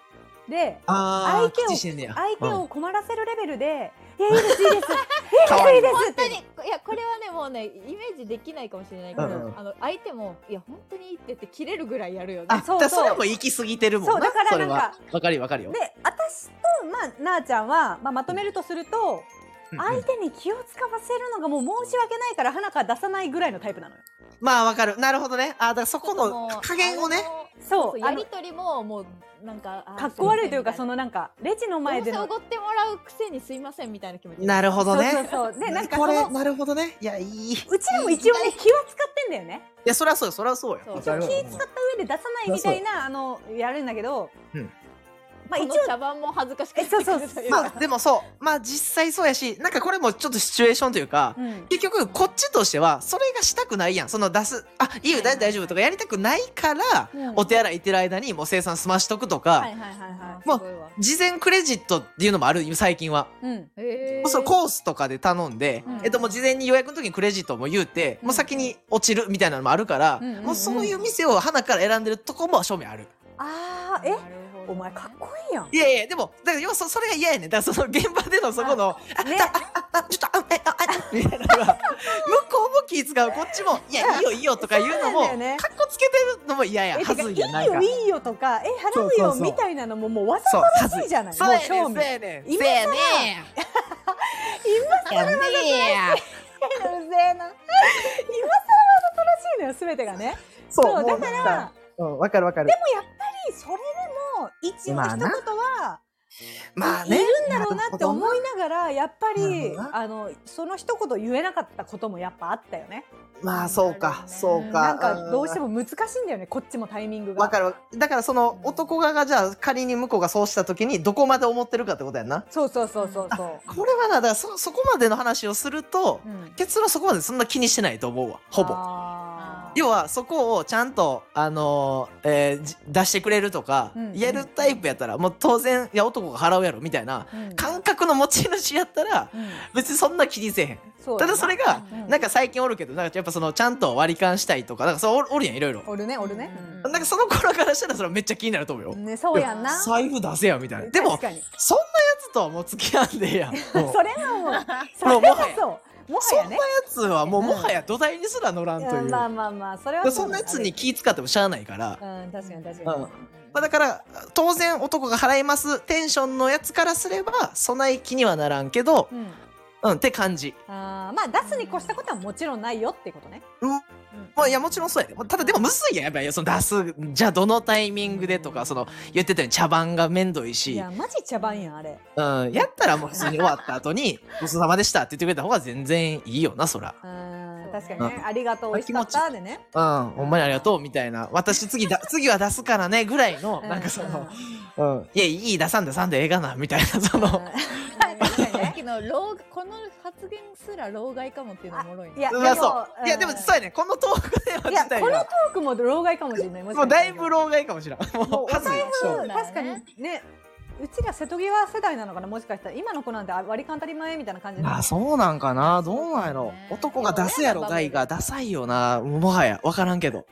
であー、相手を口してんねや。相手うんを困らせるレベルで「いやいいですいいです かいわいいいですいいです」本当ってにいやこれはねもうねイメージできないかもしれないけど、うんうんあの相手もいや本当にいいって言って切れるぐらいやるよねあ、そうだからそうそれも行き過ぎてるもんな。そうだからそれはなんかわかるよわかるよ。で私と、まあ、なあちゃんは、まあ、まとめるとするとうんう相ん手に気を使わせるのがもう申し訳ないから花から出さないぐらいのタイプなのよ。まあわかる。なるほどね。あ、だからそこものう加減をね。そそううあやのりとりももうなんかあーかっこ悪いというかすそませんみのなんかレジのた前でなのどうせおごってもらうくせにすいませんみたいな気持ちなるほどね。そうそうそうでなんかこれそのなるほどね。いやいい。いうちらも一応ね気は使ってんだよね。やそりゃそうよ。そりゃそうよ。そうわかるわ気使った上で出さないみたいなあのやるんだけど、うんまあこ一の応茶番も恥ずかしくなってえそう そうくるというかまあでもそう。まあ実際そうやし、なんかこれもちょっとシチュエーションというか。うん結局こっちとしてはそれがしたくないやんその出す「あいいよ大大丈夫」とかやりたくないから、うんお手洗い行ってる間にもう生産済ましとくとか、はいはいはいはあい。ーすごいわ事前クレジットっていうのもある最近はうんへそうコースとかで頼んで、うんえっと、もう事前に予約の時にクレジットも言うて、うんもう先に落ちるみたいなのもあるから、うんうんうんもうそういう店を花から選んでるとこも正味ある。ああえお前かっこいいやん。いやいや、でも、だから要はそそれが嫌やねん。だからその現場でのそこの、ねあ、ちょっと、あ、え、あ、あ、みたいな のが、向こうも気使う、こっちも、いや、いいよいいよとか言うのも、そうなんだよねかっこつけてるのも嫌や。えはてかずいいいよやん、なんか。いいよとかえ払そううそようそうみたいなのももうわざそう、はわざずいいじゃない。そうやねん、もそううやねやねん。今そう更やねん。やねえや。うぜ えな。今更わざとらしいのよすべてがね。そう、だかもうなんらか。うん、わかるわかるで。もやっぱりそれでも一応まあ一言なは。まあいね。るんだろうなって思いながらやっぱりなるほどなあのその一言言えなかったこともやっぱあったよね。まあ、そうか、そうか。なんかどうしても。も難しいんだよねこっちもタイミングが。わかる。だからその男側がじゃあ仮に向こうがそうした時にどこまで思ってるかってことやんな。そうそうそうそうそう。これはな、だからそ、そこまでの話をすると、うん結論そこまでそんな気にしてないと思うわ。ほぼ。あーい要はそこをちゃんと、あのーえーじ出してくれるとか、うんやるタイプやったらもう当然いや男が払うやろみたいなうん感覚の持ち主やったらうん別にそんな気にせえへん。そうただそれがうんなんか最近おるけどなんかやっぱそのちゃんと割り勘したいとかなんかそうおるおるやんいろいろ。おるねおるね、うんなんかその頃からしたらそれめっちゃ気になると思うよ。ねそうやんな財布出せやみたいな。でも確かにそんなやつとはもう付き合わんでええ やん。 もうそんなそれはもうそもうれもははやそうもはややねつはもうもはや土台にすら乗らんいとやいう。まあまあまあそだれはからうそんなやつに気使ってもしゃあないから。うん確かに確かうんに、まあ、だから当然男が払いますテンションのやつからすれば備え気にはならんけど、うんうん、って感じ。あーまあ出すに越したことはもちろんないよってことね。うんまあ、いやもちろんそうやでただでもむずいやんやっぱりその出すじゃあどのタイミングでとかその言ってたように茶番がめんどいいしやマジ茶番やんあれ。うん、やったらもう普通に終わった後に「ごちそうさまでした」って言ってくれた方が全然いいよなそら。あそうねー確かにね、ありがとう美味しかっまたでね。うん、ほんまにありがとうみたいな私次だ次は出すからねぐらいのうなんかそのう「うん、いやいい出さんで出さんでええがな」みたいなそのね確かにさっきの老この発言すら老害かもっていうのおもろいねいやまあそもういやでもそうやねこのトークテーマいや自体このトがークも老害かもしれない。もしもかうしたらだいぶ老害かもしれんももううお財数でしょう布だね確かにね。うちら瀬戸際世代なのかなもしかしたら今の子なんてあ割り勘当たり前みたいな感じでまあそうなんかなどうなんやろ男が出すやろ代がダサいよなもはや分からんけど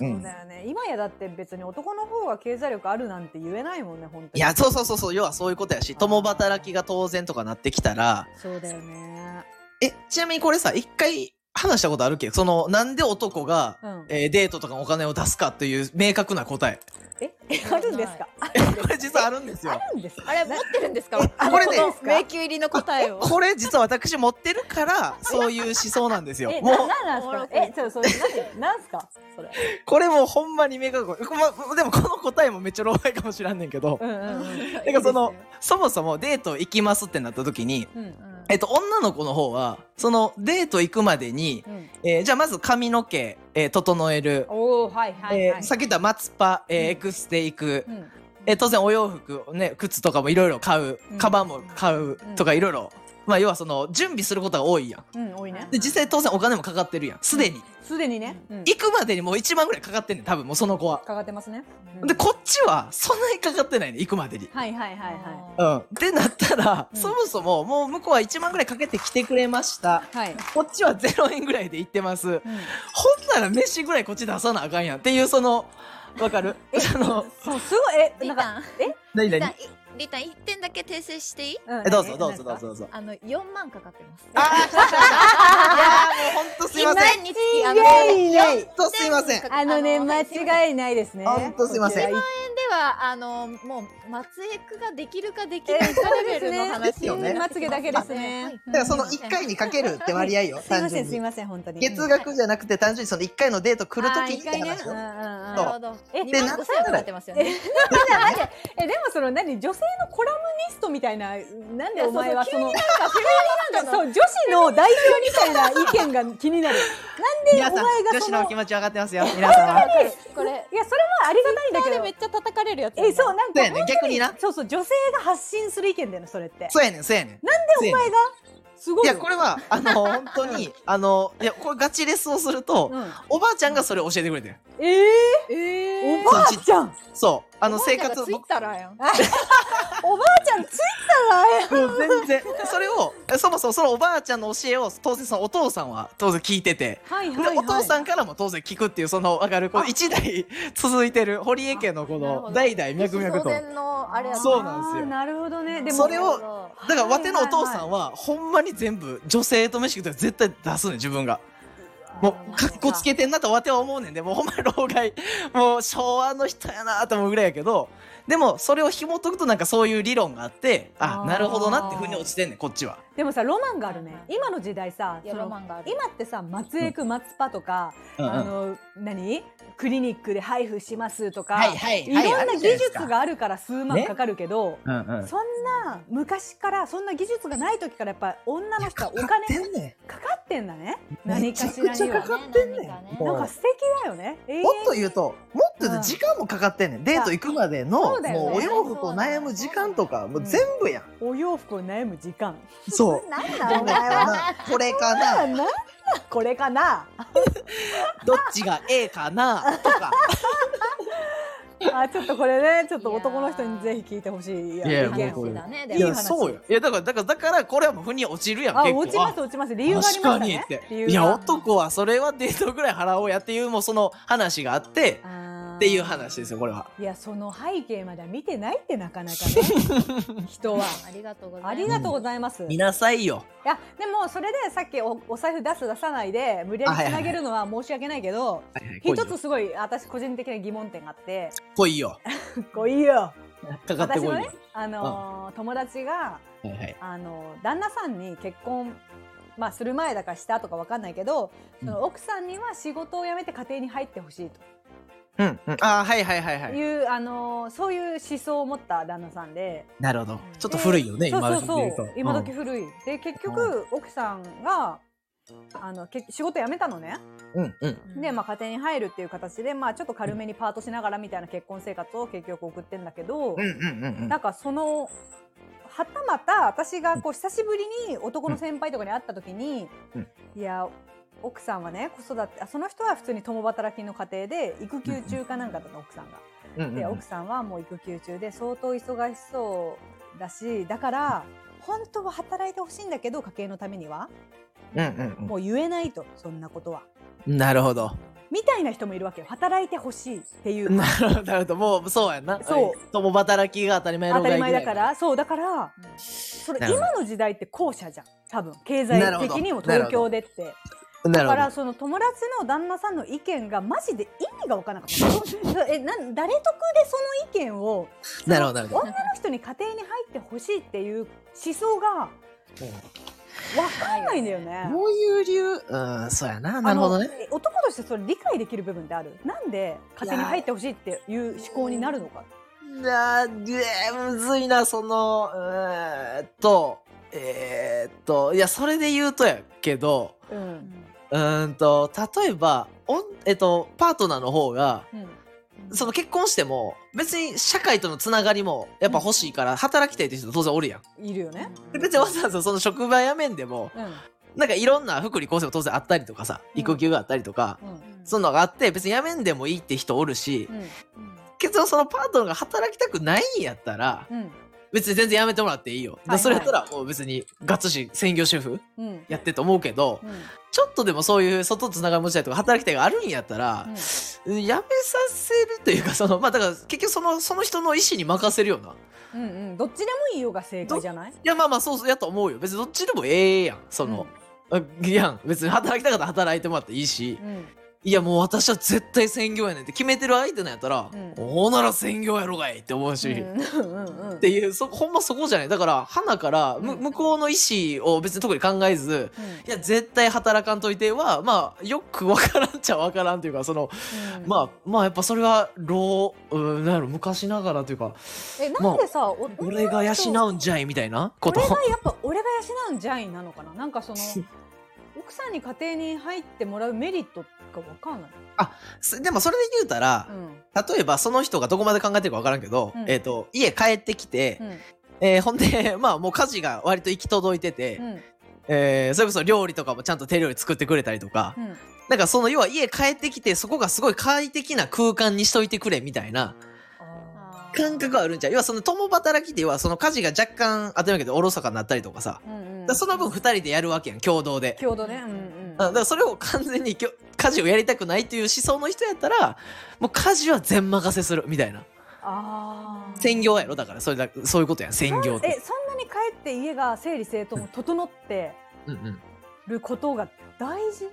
うんそうだよね、今やだって別に男の方が経済力あるなんて言えないもんね本当にいやそうそうそうそう要はそういうことやし共働きが当然とかなってきたらそうだよねえちなみにこれさ一回話したことあるっけそのなんで男が、うんえーデートとかのお金を出すかという明確な 答ええあるんですかあこれ実はあるんですよるんですかあれ持ってるんですかあこれねの迷宮入りの答えをこれ実は私持ってるからそういう思想なんですよえ、もうななんなんすか。え、ちょそれなんなんすか。それ。これもうほんまに明確こまでもこの答えもめっちゃ老害かもしらんねんけどうんうんうん。だからそのそもそもデート行きますってなった時にうんうんえっと、女の子の方は、そのデート行くまでに、うん。えーじゃあまず髪の毛、えー整える、おおはいはいえはーい。さっき言った松葉、えーうんエクステ行く、うんえー当然お洋服、ね、靴とかもいろいろ買ううん、カバンも買ううんとかいろいろ、まあ要はその準備することが多いやん。うん多いねで、。実際当然お金もかかってるやん、すでに。すでにね。うん行くまでにもう1万ぐらいかかってんねん、多分もうその子は。かかってますね。うんで、こっちはそんなにかかってないねん、行くまでに。はいはいはいはうん。ってなったら、うんそもそももう向こうは1万ぐらいかけてきてくれました。い。はい。こっちは0円ぐらいで行ってます。うんほんなら飯ぐらいこっち出さなあかんやんっていうそのわかるそのそうすごいえリなんタかン何リタン何いリタン一点だけ訂正していいんえどうぞどうぞどうぞ。えどうぞあの四万かかってますあー来 た来た来たいやーもうほんとすいません一万につきあのイエイイエイ。ほんとすいませんああのねあの間はい違いないですね。ほんとすいませんこちらではあのもう松江区ができるかできえなーいかそうでレベすルのね。話ですよねまつげだけですね。だからその1回にかけるって割合よすい単ませ純んすいにません本当に。月額じゃなくて単純にその1回のデート来るときにあー一回ねって話うよんうんうんなるほどえ2万5千円かかってますよねえでもその何女性のコラムニストみたいななんでお前はそのなんかそう女子の代表みたいな意見が気になる。皆おさん前がその女子のお気持ち分かって ますよ皆さんこれいやそれはありがたいんだけでどめっ。ちゃ叩かれるやつえそうなんかそうやねん逆に なそうそう女性が発信する意見だよねそれって。そうやねんそうやねんお前がすごいいよ。やこれはあ の本当にあのいやこれガチレスをするとうんおばあちゃんがそれを教えてくれてるえーえおばあちゃん。そうああの生活ツイッターやんおばあちゃんついたもう 全然それをそもそもそのおばあちゃんの教えを当然そのお父さんは当然聞いてて。ら。はいでお父さんからも当然聞くっていうその分かるこうあ一代続いてる堀江家のこあなるほのど代々脈々と当だ然のあれやそうなんですよあーなるほどね。でもそれををからわてのお父はいさはんはほんまに全部女性と飯食ったら絶対出すねん自分がもうかっこつけてんなとわては思うねんでもうほんまに老害もう昭和の人やなと思うぐらいやけどでもそれを紐解くとなんかそういう理論があってああーなるほどなってふうに落ちてんねんこっちはでもさロマンがあるね。今の時代さいやそのロマンがある今ってさ松江区松パとか、うんうんあの何クリニックで配布しますとか、はいはいはいろあんるじゃなな技いです術かがあるから数万ねかかるけど、うんうんそんな昔からそんな技術がない時からやっぱ女の人はお金買ってんねんかかってんだねめ何ちゃかしくらちゃにかは。かってんねん。何なんもか素敵だよね。永遠にうもっと言うと、もっと言うと時間もかかってんねん。デート行くまでその、うだよねもうお洋服を悩む時間とか、もう全部やん。お洋服を悩む時間。そう。なんお前はな、これかあな、なんこれかなどっちが A かなと か。あちょっとこれねちょっと男の人にぜひ聞いてほしいいいやいいもうこれ話だね。でもいや、そうよ。。いや、だから、だから、だから、これはもう腑に落ちるやん。あ結構落ちます落ちます理由がありまし確たかにっねて。理由いや、が男はそれはデートぐらい払おうやっていう、もうその話があって、あーっていう話ですよ、これは。いやその背景までは見てないってなかなか ね人はありがとうございます。ありがとうございます、見いなさいよ。やでもそれでさっきおお財布出す出さないで無理やりつなげるのは申し訳ないけどはいはい一、来いよつすごい私個人的な疑問点があって来いよ。こういいよかかって私こいよ。もはねあのー友達がいはい。あの旦那さんに結婚、まあ、する前だかしたとかわかんないけど、うんその奥さんには仕事を辞めて家庭に入ってほしいうん、うん。ああ、はいはいはいはとい。いう、あのーそういう思想を持った旦那さんでなるほど。ちょっと古いよね、そう今そう時でそ言うとう。今時うん古い、で結局奥さんがあの結仕事辞めたのね、うん、うん。で、まあ、家庭に入るっていう形で、まあ、ちょっと軽めにパートしながらみたいな結婚生活を結局送ってんだけど、うん、うん、うん。なんかそのはたまた私がこう久しぶりに男の先輩とかに会った時に、うんいや奥さんはね子育てあその人は普通に共働きの家庭で育休中かなんかだったの奥さんうんうが。んで奥さんはもう育休中で相当忙しそうだしだから本当は働いてほしいんだけど家計のためにはうん、うんもう言えないとそんなことは。うん。なるほど。みたいな人もいるわけよ働いてほしいっていうなるほど、なるほど。もう、そうやんな。。そう共働きが当たり前の当ぐたらいり前だかぐい。らそうだからそれなるほど今の時代って後者じゃん多分経済的にもなるほど東京でってなだかるらほその友達の旦那さんの意見がマジで意味が分からなか ったえなん誰得でその意見をど。なるほど、なるほど。女の人に家庭に入ってほしいっていう思想が分かんないんだよね。こういう理由、うん、そうやな。なるほどね。あのえ男としてそれ理解できる部分ってあるなんで家庭に入ってほしいっていう思考になるのかなで、むずいな、その、うーんと、えーっと、いや、それで言うとやけど、ううんんうーんと、例えば、おんえっと、パートナーの方が、うんその結婚しても、別に社会とのつながりも、やっぱ欲しいから、働きたいって人当然おるやん。いるよね。で別にわざわざその職場辞めんでも、うんなんかいろんな福利厚生も当然あったりとかさ、うん育休があったりとか、うんそういうのがあって、別に辞めんでもいいって人おるし、うん結論そのパートナーが働きたくないんやったら、うん別に全然やめてもらっていいよ。だからそれやったらもう別にガッツし専業主婦うんうんやってと思うけど、うんちょっとでもそういう外とつながり持ちたいとか働きたいがあるんやったら、やめさせるというか、その、まあだから結局その、その人の意思に任せるよな。いうんうんどっちでもいいよが正解じゃないやまあまあそうそうやと思うよ。別にどっちでもええやん。その、あいやん。別に働きたかったら働いてもらっていいしう、んいやもう私は絶対専業やねんって決めてる相手なんやったら、うんおなら専業やろがいって思ううし。んうんうんうんっていうそほんまそこじゃないだから花からむ向こうの意思を別に特に考えずいや絶対働かんといてはまあよくわからんちゃわからんというかその、うんまあまあやっぱそれは老うんなんやろ昔ながらというかえなんでさお俺が養うんじゃいみたいなこと俺がやっぱ俺が養うんじゃいなのかなな んかその奥さんに家庭に入ってもらうメリットがわかんない。すでもそれで言うたらう、ん例えばその人がどこまで考えてるかわからんけど、うんえっと家帰ってきて、うんえーほんで まあもう家事が割と行き届いてて、うんえーそれこそ料理とかもちゃんと手料理作ってくれたりとか。うんなんかその要は家帰ってきてそこがすごい快適な空間にしといてくれみたいなあ感覚あるんじゃう要はその共働きではその家事が若干当たり前やけどおろそかになったりとかさーうんうんだからその分二人でやるわけやん共同で。共同ね。うんうん。あだからそれを完全にきょ家事をやりたくないっていう思想の人やったらもう家事は全任せするみたいなあー専業やろだからそれだそういうことやん専業っえて、そんなに帰って家が整理整頓整ってうんうん、ることが大事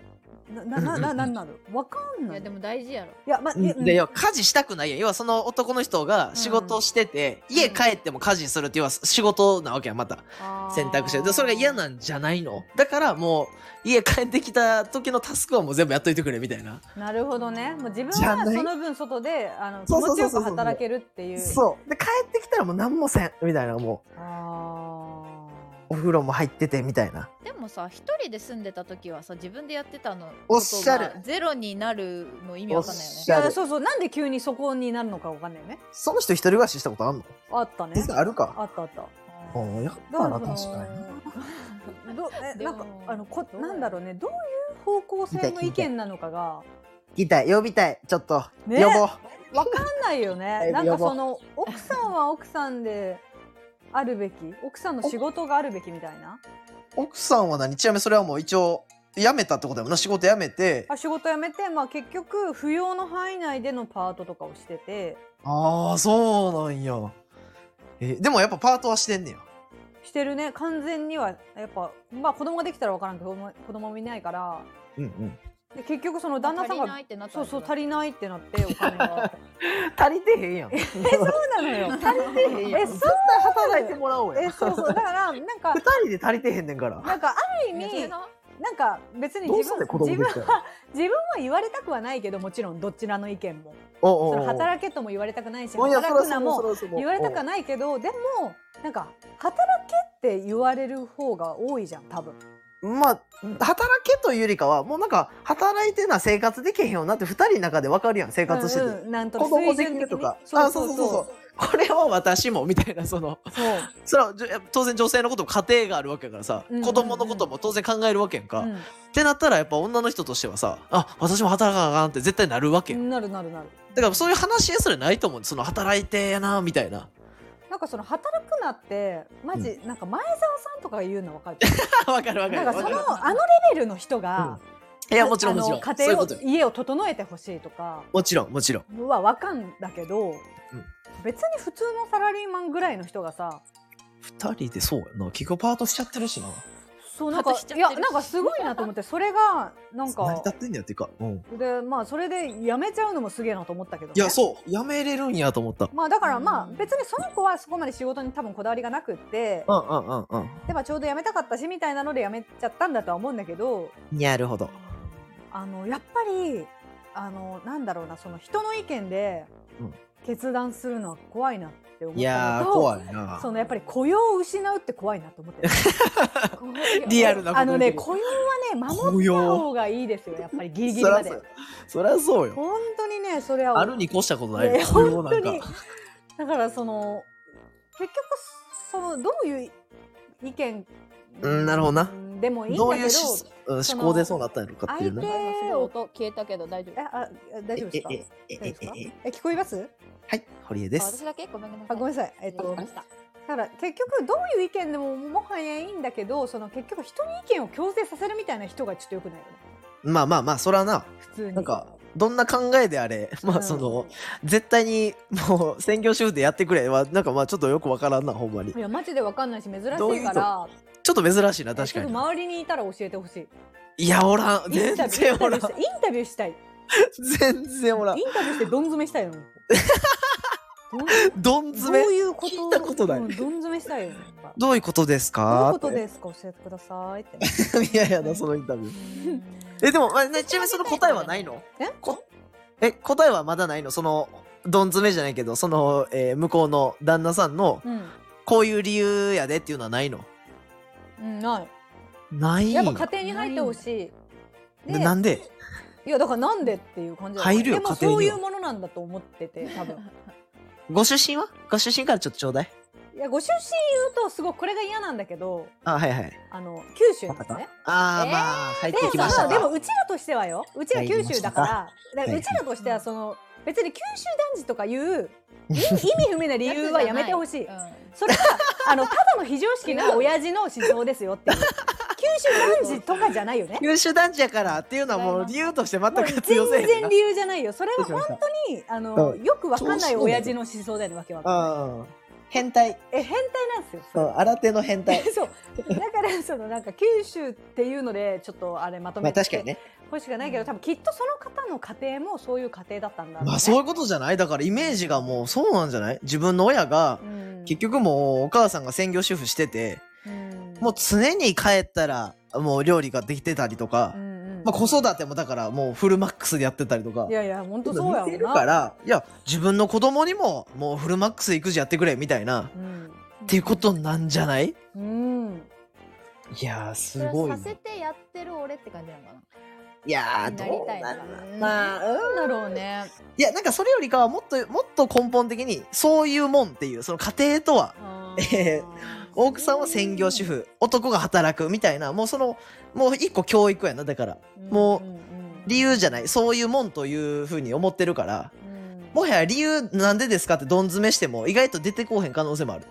なななななんなのわかんいなやいでも大事やろ。いやまあでうん要は家事したくないやん要はその男の人が仕事してて、ん家帰っても家事するっていうのは仕事なわけやんまたあー選択肢でそれが嫌なんじゃないのだからもう家帰ってきた時のタスクはもう全部やっといてくれみたいななるほどねもう自分じゃはないその分外であの気そうそ持うちそうよそくう働けるっていううで帰ってきたらもう何もせんみたいなもうあお風呂も入っててみたいなでもさ一人で住んでた時はさ自分でやってたのおっしゃることがゼロになるの意味わかんないよおっねしーゃ。いやそうそうなんで急にそこになるのかわかんないよねその人一人暮らししたことあんのあったねあるかあったあったあやっだからそのどえでなもんかあのこどうやろうなんだろうねどういう方向性の意見なのかが聞きたい呼びたいちょっと、ね呼ぼう。わかんないよねなんかその奥さんは奥さんであるべき奥さんの仕事があるべきみたいな。奥さんは何ちなみにそれはもう一応辞めたってことだもんな仕事辞めてあ仕事辞めて、まあ、結局扶養の範囲内でのパートとかをしててああそうなんやえでもやっぱパートはしてんねやしてるね完全にはやっぱ、まあ、子供ができたら分からんけど子供子供もいないからうんうんで結局その旦那さん足りながいってなったそんうだそう足りないってな ってお金が足りてへんやんえそうそうなのよ足りてへんやんえそう働いてもらおうやえんそうそうだからなんか二人で足りてへんねんからなんかある意いやそれ味ななんか別にどう自すん分ねん子供自でき分たら 自分は言われたくはないけどもちろんどちらの意見もおそうおうのおう働けとも言われたくないしおいや働くなもそらそらそらそら言われたくはないけどでもなんか働けって言われる方が多いじゃん多分まあ働けというよりかはもうなんか働いてな生活できへんよなって二人の中で分かるやん生活してて、うんうんなんと子供できるとか水準的にそうそうそうあそうそうそうこれは私もみたいなそのそうそれはじゅ当然女性のことも家庭があるわけやからさ、うんうんうん子供のことも当然考えるわけやんか、うっんてなったらやっぱ女の人としてはさあ私も働かなあかんって絶対なるわけやん、なるなるなるだからそういう話すらないと思うんですその働いてやなみたいな なんかその働くなってマジ、なんか前澤さんとかが言うの 分かるわかるわかなるんわかかそるのあのレベルの人が、いやもちろんあものちろんそういうこ家庭をとよ家を整えてほしいとかもちろんもちろんは分かんだけど、別に普通のサラリーマンぐらいの人がさ二人でそうやな結局パートしちゃってるしなそうなんか外しちゃっいてるやしなんかすごいなと思ってそれがなん成りか立ってんねやっていうか、うん、でまあそれでやめちゃうのもすげえなと思ったけど、ね、いやそうやめれるんやと思ったまあだからまうあん別にその子はそこまで仕事に多分こだわりがなくってうんうんうんうんでまあちょうど辞めたかったしみたいなので辞めちゃったんだとは思うんだけどなるほどあのやっぱりあのなんだろうなその人の意見でうん決断するのは怖いなって思ったのといやー怖いなそのやっぱり雇用を失うって怖いなと 思ってるリアルなことあのね言うけど雇用はね雇守った用方がいいですよやっぱりギリギリまでそらそりゃそうよ本当にねそれはあるに越したことないいや本本当にだからその結局そのどういう意見うんなるほどなうんでもいいんだけどどういう思,、うん、そ思の考でそうなったんやろかっていう相手ね。今すごい音消えたけど大丈え夫ああえ大丈夫ですかえええ大丈夫ですかええええ聞こえますはい、堀江です私。だけごめんなさいあごめんなさいえっと失礼しましだかたら結局どういう意見でももはやいいんだけどその結局人に意見を強制させるみたいな人がちょっとよくないよねまあまあまあ、そらな、普通になんか、どんな考えであれ、まうあんその、絶対にもう専業主婦でやってくれは、なんかまあちょっとよくわからんな、ほんまにい。やマジでわかんないし珍しいどういうか人らちょっと珍しいな、確かちょっとに。周りにいたら教えてほしいいや、おらん。イ全ンタビュー然インタおらんビューし。たいインタビューしたい全然おらんイ。ンタビューしてどん詰 めしたいの。どんどんど詰うめ。いうこと。聞いたことないうんどん詰めしたいよ。やっぱどういうことですどういうかことですか、教えてくださいって。 いやいやな、そのインタビュー。ええ、でも、まあねちなみにその答えはないのえこえ、答えはまだないのその、どん詰めじゃないけど、その、えー向こうの旦那さんの、うん、こういう理由やでっていうのはないのうん、ない。ないやっぱ家庭に入ってほしい。ななんで。でいや、だから、なんでっていう感じだよ。入るよでも、家庭そういにうはものなんだと思ってて、多分。ご出身はご出身からちょっとちょうだい。いや、ご出身言うと、すごい、これが嫌なんだけど。あ、はいはい。あの、九州なんですね。あー、えーまあ、入っでてきましそたのでもか。うちらとしてはようちら九州だからだからはいうちらとしてはその別に九州男児とか いう意味意味不明な理理由はやめてほしいうん、それはあのただの非常識な親父の思想ですよっていう九州男児とかじゃないよね優秀男児やからっていうのはもう理由として全もうく活全用せえへん然な理。由じゃないよそれは本当に。当にあのよくわかん調子な乗いる親父の思想だよねわけわかんないうん。変態。え変態なんですよそれそう、新手の変態。 そうだからそのなんか九州っていうのでちょっとあれまとまめあ確かにてね。ほしくないけど多分きっとその方の家庭もそういう家庭だったんだろうねまあそういうことじゃないだからイメージがもうそうなんじゃない自分の親が、うん結局もうお母さんが専業主婦してて、うんもう常に帰ったらもう料理ができてたりとか、うんうんまあ、子育てもだからもうフルマックスでやってたりとかい。やいや本当そうやろ似うてるなからいや自分の子供にももうフルマックス育児やってくれみたいな、うんっていうことなんじゃないいうんやーすそれはごいなさせてやってる俺って感じなのかないやーなりどうたいななだんろうななうんんだろうねいやなんかそれよりかはもっともっと根本的にそういうもんっていうその家庭とは あえー奥さんは専業主婦男が働くみたいなもうそのもう一個教育やなだからもう理由じゃないそういうもんというふうに思ってるからもはや理由なんでですかってどん詰めしても意外と出てこうへん可能性もある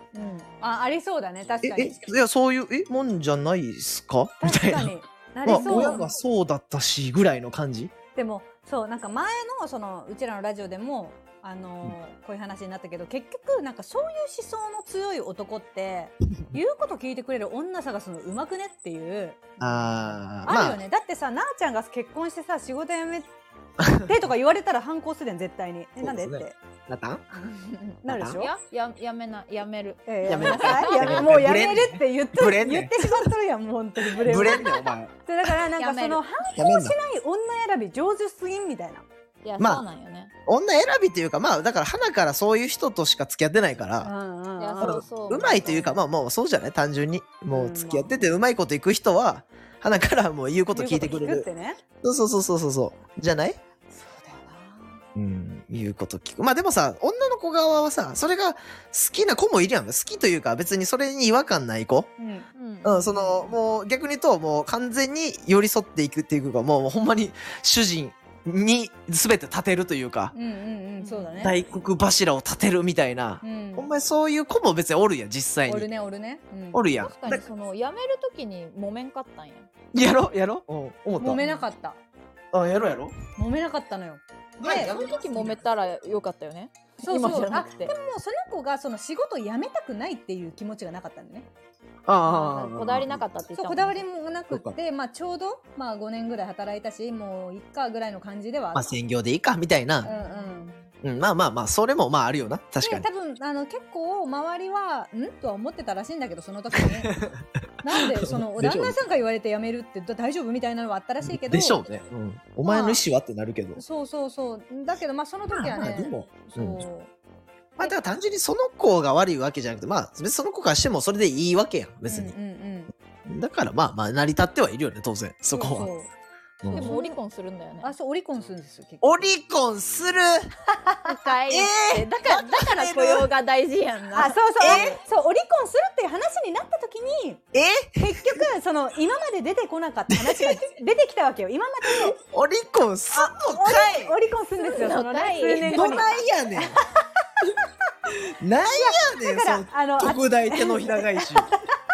あありそうだね確かええにいやそういうえもんじゃないっすかみた 確いかなになりまあそう、親がそうだったしぐらいの感じでもそうなんか前のそのうちらのラジオでもあのーこういう話になったけど結局なんかそういう思想の強い 男って言うこと聞いてくれる女探すのうまくねっていうあーあるよね、だってさなあちゃんが結婚してさ仕事辞め てとか言われたら反抗するやん絶対にえなんでっそうでてなったんなるでしょいやややめなやめるえーややめめななささいいやめもうやめるって言っとブレるんね言ってしまっとるやんもう本当にブレブブレレんねんお前でだからなんやかめるその反やめん抗なしない女選び上手すぎんみたいないや、まあそうなんよね女選びっていうかまあだから花からそういう人としか付き合ってないからうんうんいうんやそうそううまいというかまああもうそうじゃない単純にもううん付き合っててうまいこといく人は花からもう言うこと聞いてくれ言うること聞くってねそうそうそうそうそうそうじゃないそうだよなうん言うこと聞くまあでもさ女の子側はさそれが好きな子もいるやん好きというか別にそれに違和感ない子うんうんうん、そのもう逆に言うともう完全に寄り添っていくっていうかもうもうほんまに主人に全て立てるというか、うんうんうんそうだね大黒柱を立てるみたいなう、んほんまにそういう子も別におるやん実際おるにねおるねうんおるやん確かにそのやめるときに揉めんかったんややろやろ、うん、思揉っめなかったたあやろうやろ揉めなかったのよ前やそめのな時揉めたらよかったよねそう今そじうゃなあくでてもその子がその仕事を辞めたくないっていう気持ちがなかったんだねああこだわりなかっったって言ったそうもこんだわりもなくそうって、まあ、ちょうど、まあ、5年ぐらい働いたしもういっかぐらいの感じではまあ専業でいいかみたいうんうな、ん、うんまあまあまあそれもまああるよな確かでに多分あの結構周りはんとは思ってたらしいんだけどその時 になんでそのおでし旦ょう那さんから言われて辞めるって大丈夫みたいなのはあったらしいけどでしょうね、うん、お前の意思はってなるけど、そうそうそうだけどまあその時まはあまあねでもそう、うんまあだから単純にその子が悪いわけじゃなくてまあ別にその子からしてもそれでいいわけやん別にう、んうんうんだからまあまあ成り立ってはいるよね当然そこはううんでもオリコンするんだよねそうあそうオリコンするんですよ結局オリコンする高いえだからだから雇用が大事やんなあそうそう、そうオリコンするっていう話になった時にえ結局その今まで出てこなかった話が出てきたわけよ今までオリコンすんのかオリコンするんですよそのねはい数年い後どにないや ねんなんやねんだからそあののあ特大手のひら返し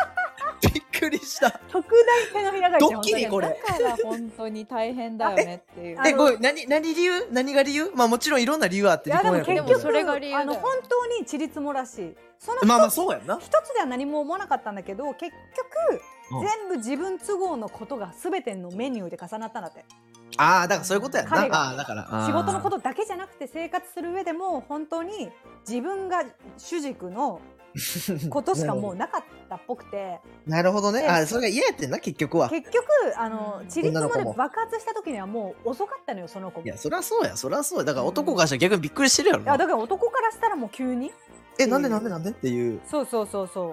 びっくりした特大手のひら返しドッキリこれだから本当に大変だよねっていうあえのごめん何何理由何が理由まあもちろんいろんな理由はあっていやでも離婚結やけど局それが理由だよあの本当にちりつもらしいその一つ,、まあまあそうやんな一つでは何も思わなかったんだけど結局、うん全部自分都合のことが全てのメニューで重なったんだってああだからそういうことやんな彼がああーだからあー仕事のことだけじゃなくて生活する上でも本当に自分が主軸 のことしかもうなかったっぽくてなるほどね。であ、それが嫌やってんな、結局は。結局あのうんちりつも女ので子も爆発した時にはもう遅かったのよその子もいいや、やそりゃそうや、そりゃそうや。だから男からしたら逆にびっくりしてるやろな。だから男からしたらもう急にえ、なんでなんでなんでっていう。そうそうそうそ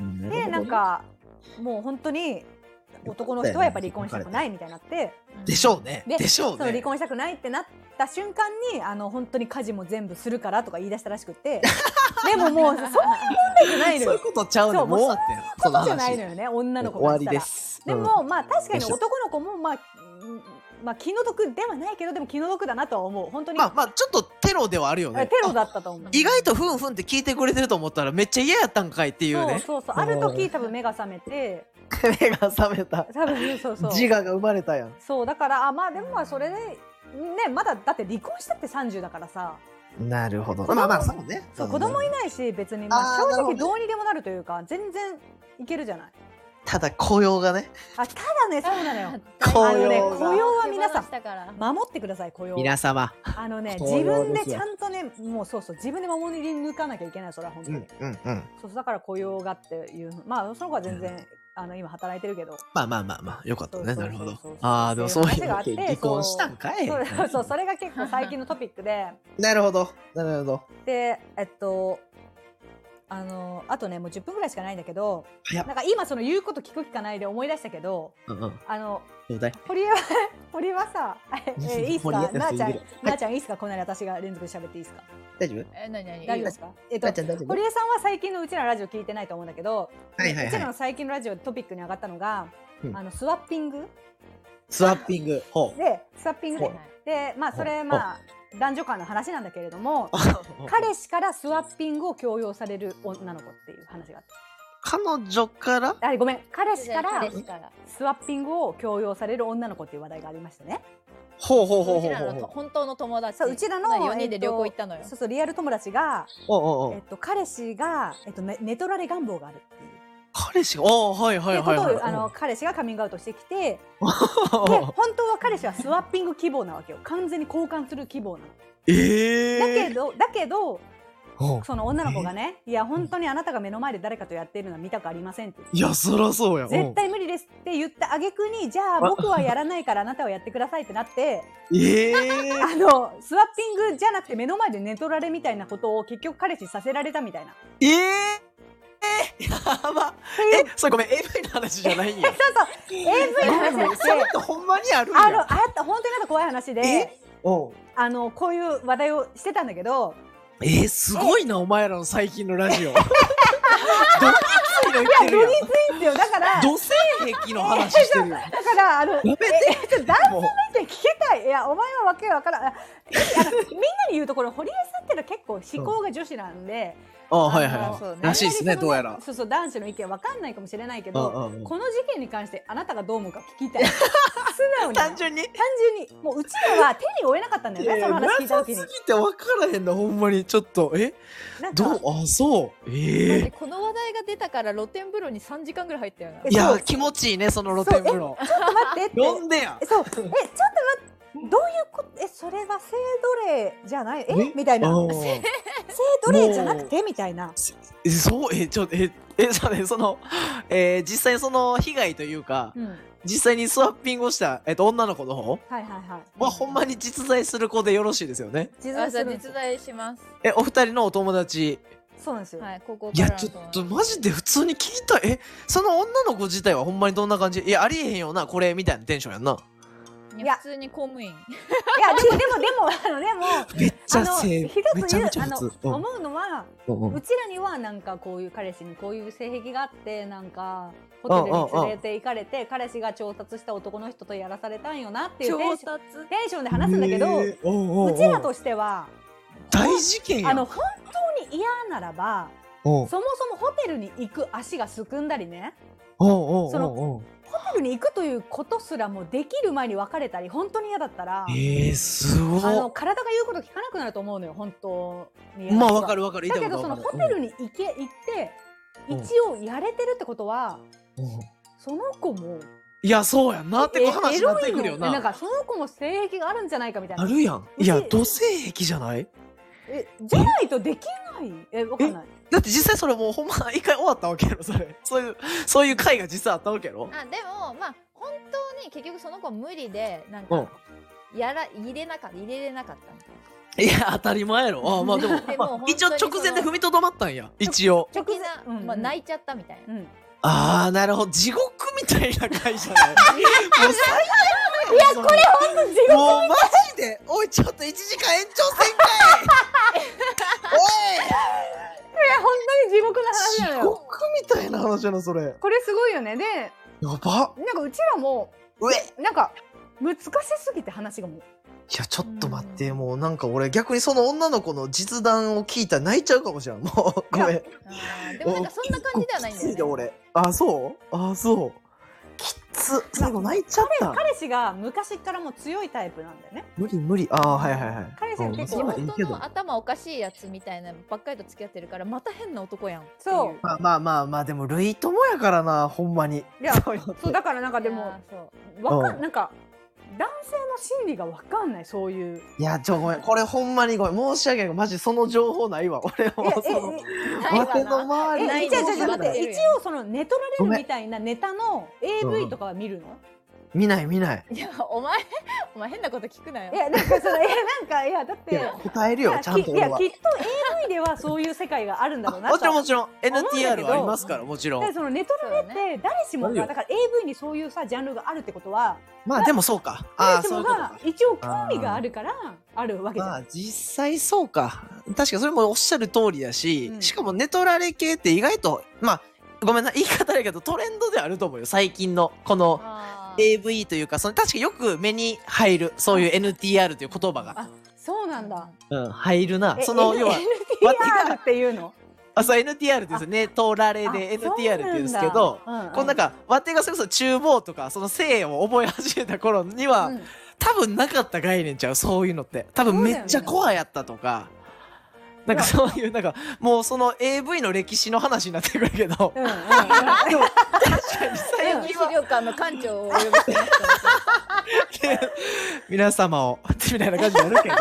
ううんでなん。かもう本当に男の人はやっぱり離婚したくないみたいになってでしょうね。ででしょそうの離ね。婚したくないってなった瞬間にあの本当に家事も全部するからとか言い出したらし くてでももうそういう問題じゃないそのういうよことちゃうね。そうもうも終うわってん。そのじゃないの話。よね女の子終からわしりたでら。す。でうん、もまあ確かでにしょ男の子もまあ、うんまあ、気の毒ではないけどでも気の毒だなとは思う本当に、まあまあ、ちょっとテロではあるよねテ。ロだったと思う。意外とふんふんって聞いてくれてると思ったらめっちゃ嫌やったんかいっていうね。そうそうそうある時多分目が覚めて 目が覚めた。多分そうそう自我が生まれたやん。そうだからあまあでもまあそれでねまだだって離婚したって30だからさなるほど。子供まあまあ、そうね。そううん子供いないし別にまああーな正るほどね直どうにでもなるというか全然いけるじゃないただ雇用がね。あただねそうなの よ雇あのね用雇が。用は皆さん手放したから守ってください雇用皆様。あのね雇用自分でですちよゃんとねもうそうそう自分で守り抜かなきゃいけないそれは本当うに、んうんうん。そうそうだから雇用がっていうまあその子は全然、あの今働いてるけどまあまあまあまあ、よかったね。そうそうそうなるほどそう。ああ、でもそういうそういう話があわってけ離婚したんかい。そうそうそうそれが結構最近のトピックでなるほど。なるほど。でえっとあのあとねもう10分ぐらいしかないんだけど早なっんか今その言うこと聞く聞かないで思い出したけどうんうん。あのちょうだい。堀江は 堀江はさ、ええいいっす堀江か先生なあちゃん、いるなあちゃんいいっすかこんなに私が連続で喋っていいっすか大丈夫え、なにな大に。丈夫いいよですかえっとなっちゃん大丈夫堀江さんは最近のうちらのラジオ聞いてないと思うんだけど、はいはいうちらはい。の最近のラジオでトピックに上がったのが、うんあのスワッピングスワッピング。ほう。でスワッピングほうでまあそれまあ男女間の話なんだけれども彼彼氏からスワッピングを強要される女の子っていう話があっ彼女からたあごめん彼氏か彼ら氏から。スワッピングを強要される女の子っていう話題がありましたねほうほうほううほちうらほうのとほう。本当の友達。そううちらの四人で旅行行ったのよ。そうそうリアル友達が、おうおうおえっうと、彼氏が、えっと、ね寝取られ願望があるっていう。彼氏が。おうはいはいってはいいうはこい。とをあの彼氏がカミングアウトしてきてで うん本当は彼氏はスワッピング希望なわけよ完全に交換する希望なの。えだけえ。どだけどうんその女の子がね「いや本当にあなたが目の前で誰かとやっているのは見たくありません」って言っていや、そらそうや。うん絶。対無理ですって言った挙句にじゃあ僕はやらないからあなたはやってくださいってなってええ。あのスワッピングじゃなくて目の前で寝取られみたいなことを結局彼氏にさせられたみたいな。ええ。えーやば。え、それごめん、AV の話じゃないんや。そうそう AV の話じゃなくそてれってほんまにあるんあのあや。った本当になんか怖い話でえおうあのこういう話題をしてたんだけど。えー、すごいな、お前らの最近のラジオ。どぎついの言ってるどやぎん。ついんですよだからだ土性癖の話して るやん。やからあのめてちょっと男性もう。って聞きたいいやお前はわけわからんああのみんなに言うところ堀江さんってのは結構思考が女子なんで、あはいはいあのはい。らしいですね、あんまりそどのうやら。そうそう男子の意見わかんないかもしれないけうど、んうんうんこの事件に関してあなたがどう思うか聞き たい素直に単単純に。純にもううちらは手に負えなかったんだよねその話聞いたなさ時にすぎて分からへんな、ほんまに。ちょっと、えなんかどうあ、そう。えでえこの話題が出たから露天風呂に三時間ぐらい入ったよな。えいそやう、気持ちいいね、その露天風呂。ちょっと待ってって呼んでやえ。そうえちょっと待ってどういうことえそれは性奴隷じゃないええみたいなうん性奴隷じゃなくてみたいなえ、そう、 え、ちょ、え、え、そうね、その、えー、実際その被害というか、うん実際にスワッピングをした、えっと、女の子の方はいはいはいは、ほんまに実在する子でよろしいですよね。実在あすじゃあるんですよ実在します。え、お二人のお友達。そうなんですよ、はい、高校いかや、らのちょっ友達と、マジで普通に聞きたい。え、その女の子自体はほんまにどんな感じいや、ありえへんよな、これ、みたいなテンションやんな。いいやや普通に公務員。いやでもでもで もあのでもめっちあゃのせひめどくちゃ言うめちゃあ普の通。うん思うのはうんうんうちらにはなんかこういう彼氏にこういう性癖があってなんかホテルに連れて行かれて彼氏が調達した男の人とやらされたんよなっていうテンションテンションで話すんだけど、えーおうおうおううちらとしては大事件やあの本当に嫌ならばおうそもそもホテルに行く足がすくんだりねおうおうそおのうおうホテルに行くということすらもできる前に別れたり本当に嫌だったら、えー、すごいあの体が言うこと聞かなくなると思うのよ本当にまあわかるるわかるだけどそのホテルにに行け行ってうん一応やれてるってことはその子もいやそうやんなってこうえ話になってくるよエロいのなんかその子も性癖があるんじゃないかみたいあなるやんういちや土性癖じゃないえじゃないとできないえわかんないだって実際それもうほんま一回終わったわけやろそれ そういうそういう回が実際あったわけやろあでもまあ本当に結局その子は無理でなんうんかやら入れなかった入れれなかったみたいないや当たり前やろあまあ でもでもまあ本当に一応直前で踏みとどまったんや一応直的前な、うんまあ、泣いちゃったみたいな、うんああなるほど地獄みたいな回 じゃないもう最悪やいやこれ地獄もうマジでおいちょっと1時間延長せんかいや本当に地獄の話いおいな地のよ獄みたいな話やなそれやこれすごいよねでばなんかうちらもうえいなんか難しすぎて話がもうやちょっと待ってもうなんか俺逆にその女の子の実弾を聞いたら泣いちゃうかもしれんもうごめんあーでもなんかそんな感じではないんおきだついでよね俺あそうあそうきつ最後泣いちゃった彼氏が昔からもう強いタイプなんだよね無理無理ああはいはいはい彼氏は結う構んまあそれはいい本け当どの頭おかしいやつみたいなばっかりと付き合ってるからまた変な男やんそうまあまあまあまあでも類友やからなほんまにいやそういうのってそうだからなんかででももそうわかうんんなんか男性の心理がわかんないそういういやちょごめんこれほんまにごめん申し訳ないマジその情報ないわ俺いやもえそのないわなわての周ええりないえ違う違う違う待ってない一応その寝取られるみたいなネタの AV とかは見るの見ない見ないいやお前お前変なこと聞くなよいやなんかそのいやなんかいやだっいてや答えるいよやちゃんきとい俺やはきっと AV ではそういう世界があるんだろうなもちろんもちろん思うんだけど NTR はありますからもちろでんそのネトルネって誰しもそうよがだから AV にそういうさジャンルがあるってことはまあでもそうかあ誰あしそうもいうことがか一応興味があるからあるわけじゃまんあ実際そうか確かそれもおっしゃる通りだし、うんしかもネトラレ系って意外とまあごめんな言い方だけどトレンドではあると思うよ最近のこのあー AV というかその確かよく目に入るそういう NTR という言葉が、あそうなんだうん、入るなえその N- 要は NTR っていうのあそう NTR ですよネトラレであ NTR って言うんですけどそうなんだこのなんかわてがそれこそ厨房とかその性を覚え始めた頃には、うん多分なかった概念ちゃうそういうのって多分めっちゃコアやったとか、なんかそういうなんかもうその AV の歴史の話になってくるけ どうんうんうんうんでも確かに最資近は料館の館長をお呼びしてます 皆様をみたいな感じに なるけど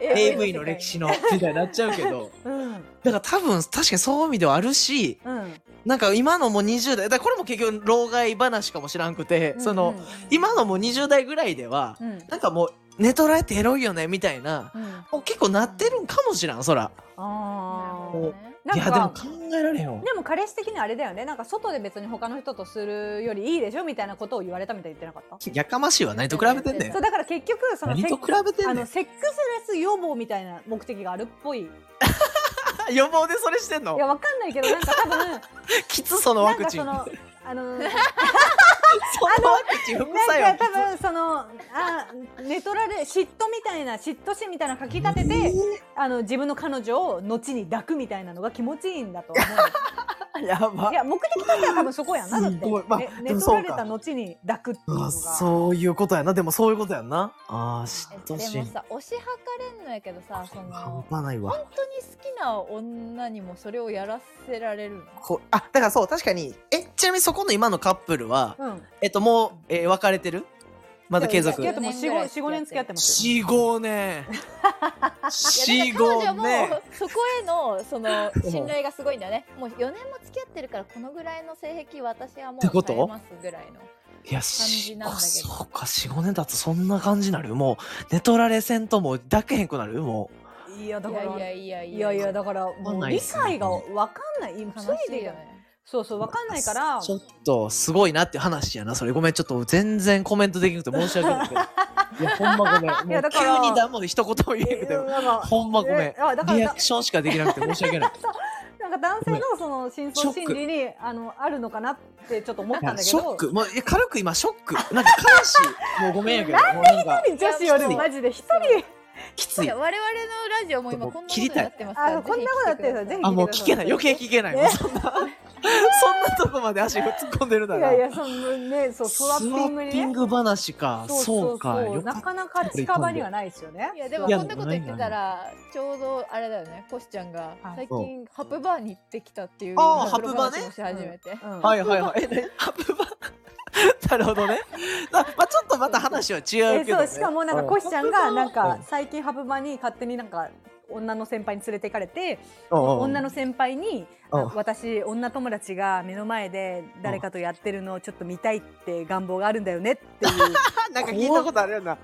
AV の 歴史のみたいになっちゃうけどうんだから多分確かにそういう意味ではあるしうんなんか今のもう20代だからこれも結局老害話かもしらんくて、うんその今のもう20代ぐらいではうんなんかもう寝取られてエロいよねみたいなうんもう結構なってるんかもしらんそら。あーーいなやんでもか考えられへんわでも彼氏的にあれだよねなんか外で別に他の人とするよりいいでしょみたいなことを言われたみたいに言ってなかったやかましいわ何と比べてんねんそうだから結局その何セとッ比べてあんねのセックスレス予防みたいな目的があるっぽいいん 予防でそれしてんのやわかんないけどなんか多分きつ そのなワんクかチンそそのワのあ のなんクチン副作用か多分そのあ寝取られ嫉妬みたいな嫉妬心みたいなの書き立てて、あの自分の彼女を後に抱くみたいなのが気持ちいいんだと思うやばいや目的としては多分そこやなだって、すごいまあねで寝取もそらうれかた後に抱くっていうのうがわそういうことやなでもそういうことやんなあー嫉妬でも心さ推し量れんのやけどさそ半の端ないわ本当に好きな女にもそれをやらせられるのこあだからそう確かにえちなみにそこの今のカップルはうんえっともう、えー別れてるまだ継続付き合ってもう四五四五年付き合ってますよ45年いやだから彼女45も年そこへのその 信頼がすごいんだねもう4年も付き合ってるからこのぐらいの性癖私はもうってこと耐えますぐらいのいや、じなんだけどしそうか、4、5年経つとそんな感じになるよもう、寝取られせんとも抱けへんくなるよもいやだいかやらいやいやいやいやだからもう理解がわかんない今悲ついしいでよねそうそうわかんないからう。ちょっと、すごいなっていう話やな、それ。ごめん、ちょっと全然コメントできなくて申し訳ないけど。 いや、ほんまごめん。いもやだうか急らに何も一言も言えなくてえ。なんかほんまごめんえあだからリなアクションしかできなくて申し訳ない。なんか男性のその真相心理にあのあるのかなってちょっと思っいたんやだけショッど。ク。もう、いや軽く今、ショック。なんか悲しい。もうごめんやけど。もうなんか、女子よりもマジで一人きついいや。我々のラジオも今こんなことになってますからあこんなことやってるぜひあ、もう聞聞いてけくださない。余計聞けない。もうそんな、そんなとこまで足突っ込んでるないらやい。やそのねそうスワッピングにスワッピンね。グ話か。そうそそううか。そうよなかかなか近場にはないですよねい。やでもいやこんなこと言ってたらちょうどあれだよねコシちゃんがはい最近ハプバーに行ってきたっていうあーハプハプバね話もし始めて、うんはいはいはい。え、ねハプバ。 なるほどね。あまあちょっとまた話は違うえけそど、ね。うしかもなんかコシちゃんがなんか最近ハブマに勝手になんか女の先輩に連れて行かれて女の先輩にうんあ私女友達が目の前で誰かとやってるのをちょっと見たいって願望があるんだよねっていうあなんか聞いたことあるような。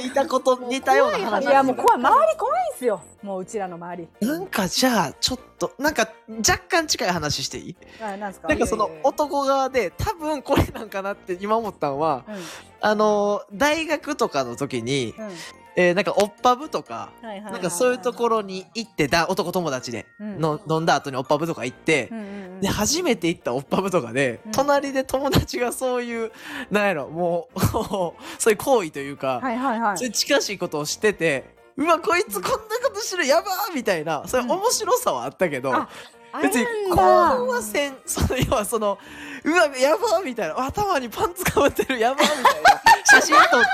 似たこともう似たような話。 いやもうこ怖い周り怖いんすよもううちらの周りなんかじゃあちょっとなんか若干近い話していい？あなんすかなんかそいのいよいいよ男側で多分これなんかなって今思ったのはうんあの大学とかの時に、うんえーなんかオッパブとかはいはいはいなんかそういうところに行ってだ男友達で、うんの飲んだ後にオッパブとか行ってう、んうんうんで初めて行ったオッパブとかで、うん隣で友達がそういうなんやろもう そういう行為というか、はいはいはいそういう近しいことをしててうわこいつこんなことしてるやばーみたいなそういう面白さはあったけど。あ別にあるん興だ奮はせんその要はそのうわやばーみたいな頭にパンツかぶってるやばーみた いな写真撮って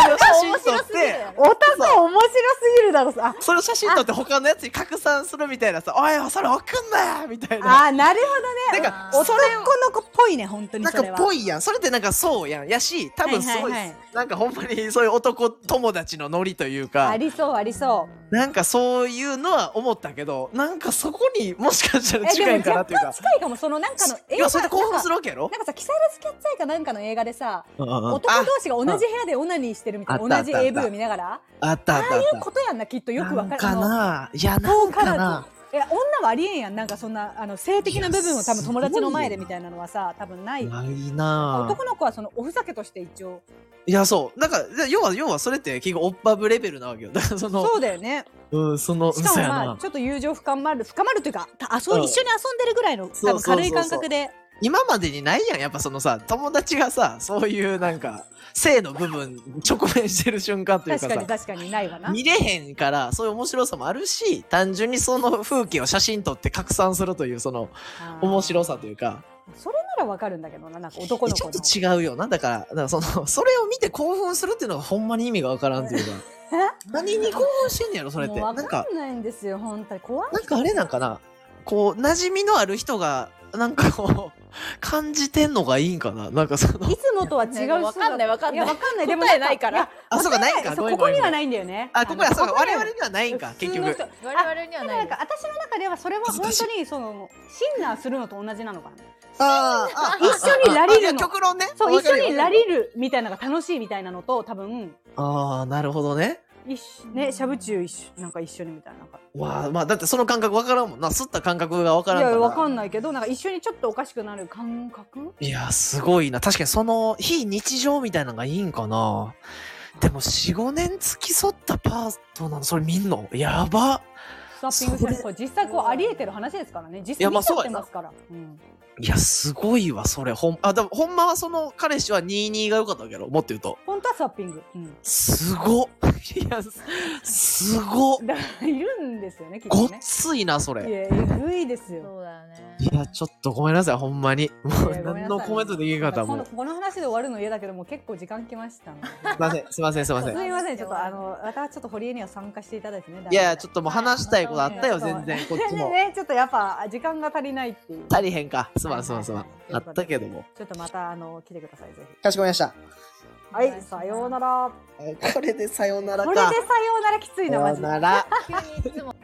それを写真撮っ面白すぎるてよねおたさ面白すぎるだろあそれを写真撮って他のやつに拡散するみたいなさ「おいそれわかんなよみたいなあなるほどなんねか男それの子っぽいね本当になんそれかはぽいやんそれってなんかそうやんやし多分すごはいい、はいはいなんかほんまにそういう男友達のノリというかありそうありそうなんかそういうのは思ったけどなんかそこにもしかしたらえ近でいもかな若っていうか干近いかもそのなんかの映い画やそれで興なん奮かするわけやろなんかさ「キサラスキャッツアイ」かなんかの映画でさうんうんうん男あ同士が同じ部屋でオナニーしてるみたいあっなた同じあった AV を見ながらあったあったあったことやんなきっとよくわかるなんかあのないやな遠んかからなずいや女はありえんやんなんかそんなあの性的な部分を多いや分す友ごいよ達の前でみたいなのはさ多分ないないなぁ男の子はそのおふざけとして一応いやそうなんか要は要はそれって結構オッパブレベルなわけよだからそのそうだよねうんそのうんしかそうもやまあなちょっと友情深まる深まるというかた遊うんび一緒に遊んでるぐらいのそ多分うそうそうそう軽い感覚で今までにないやんやっぱそのさ友達がさそういうなんか性の部分直面してる瞬間というか確かにさ確かにないわな見れへんからそういう面白さもあるし単純にその風景を写真撮って拡散するというそのあー面白さというかそれならわかるんだけどななんか男のち子ょのっと違うよなだからだからその それを見て興奮するっていうのはほんまに意味がわからんというか何に興奮してんねやろそれってもうなん分かかんないんですよ本当に怖いなんかあれなんかなこう馴染みのある人がなんかこう 感じてんのがいいんかななんか そのいつもとは違う姿わかんないわかんないやわかんないでも答えないからあそうかないんかそうごめんここごめんにごめはんないんだよねあここにはそうかここに我は々にはないんか結普局通の人我々にではもなないんか私の中ではそれは本当にそのシンナーするのと同じなのかなああ一緒にラリるのいや極論ねそうわ一かる緒によラリるみたいなのが楽しいみたいなのと多分ああなるほどね一緒ねしゃぶ中一緒なんか一緒にみたいななんかわあまあだってその感覚わからんもんな吸った感覚がわからんいからやわかんないけどなんか一緒にちょっとおかしくなる感覚いやすごいな確かにその非日常みたいなのがいいんかなでも45年付き添ったパートナーのそれ見んのやばスワッピングしてるこれ実際こうありえてる話ですからね実い際やまあ見ちゃってますからうんいやすごいわそれほんあでもほんまはその彼氏は22が良かったわけやろもっと言うと本当はスワッピングうんすごっいやすすごっだからいるんですよねきっごとっねついなそれいやえぐいですよそうだよねいやちょっとごめんなさいほんまにもういやごめんなさい何のコメントできなかったもこうのこの話で終わるの嫌だけどもう結構時間きましたねすいませんすいませんすいませんすみませんちょっとあのまたちょっと堀江には参加していただいてねいやいやちょっともうはい話したいことあったよはい全然こっちねもねちょっとやっぱ時間が足りないっていう足りへんかすまんすまんすまんはいはいあはいったけどもちょっとまたあの来てくださいぜかしこまりましたひはいさようならえーこれでさようならこれかでさようならきついさなマよジうでなら急にいつも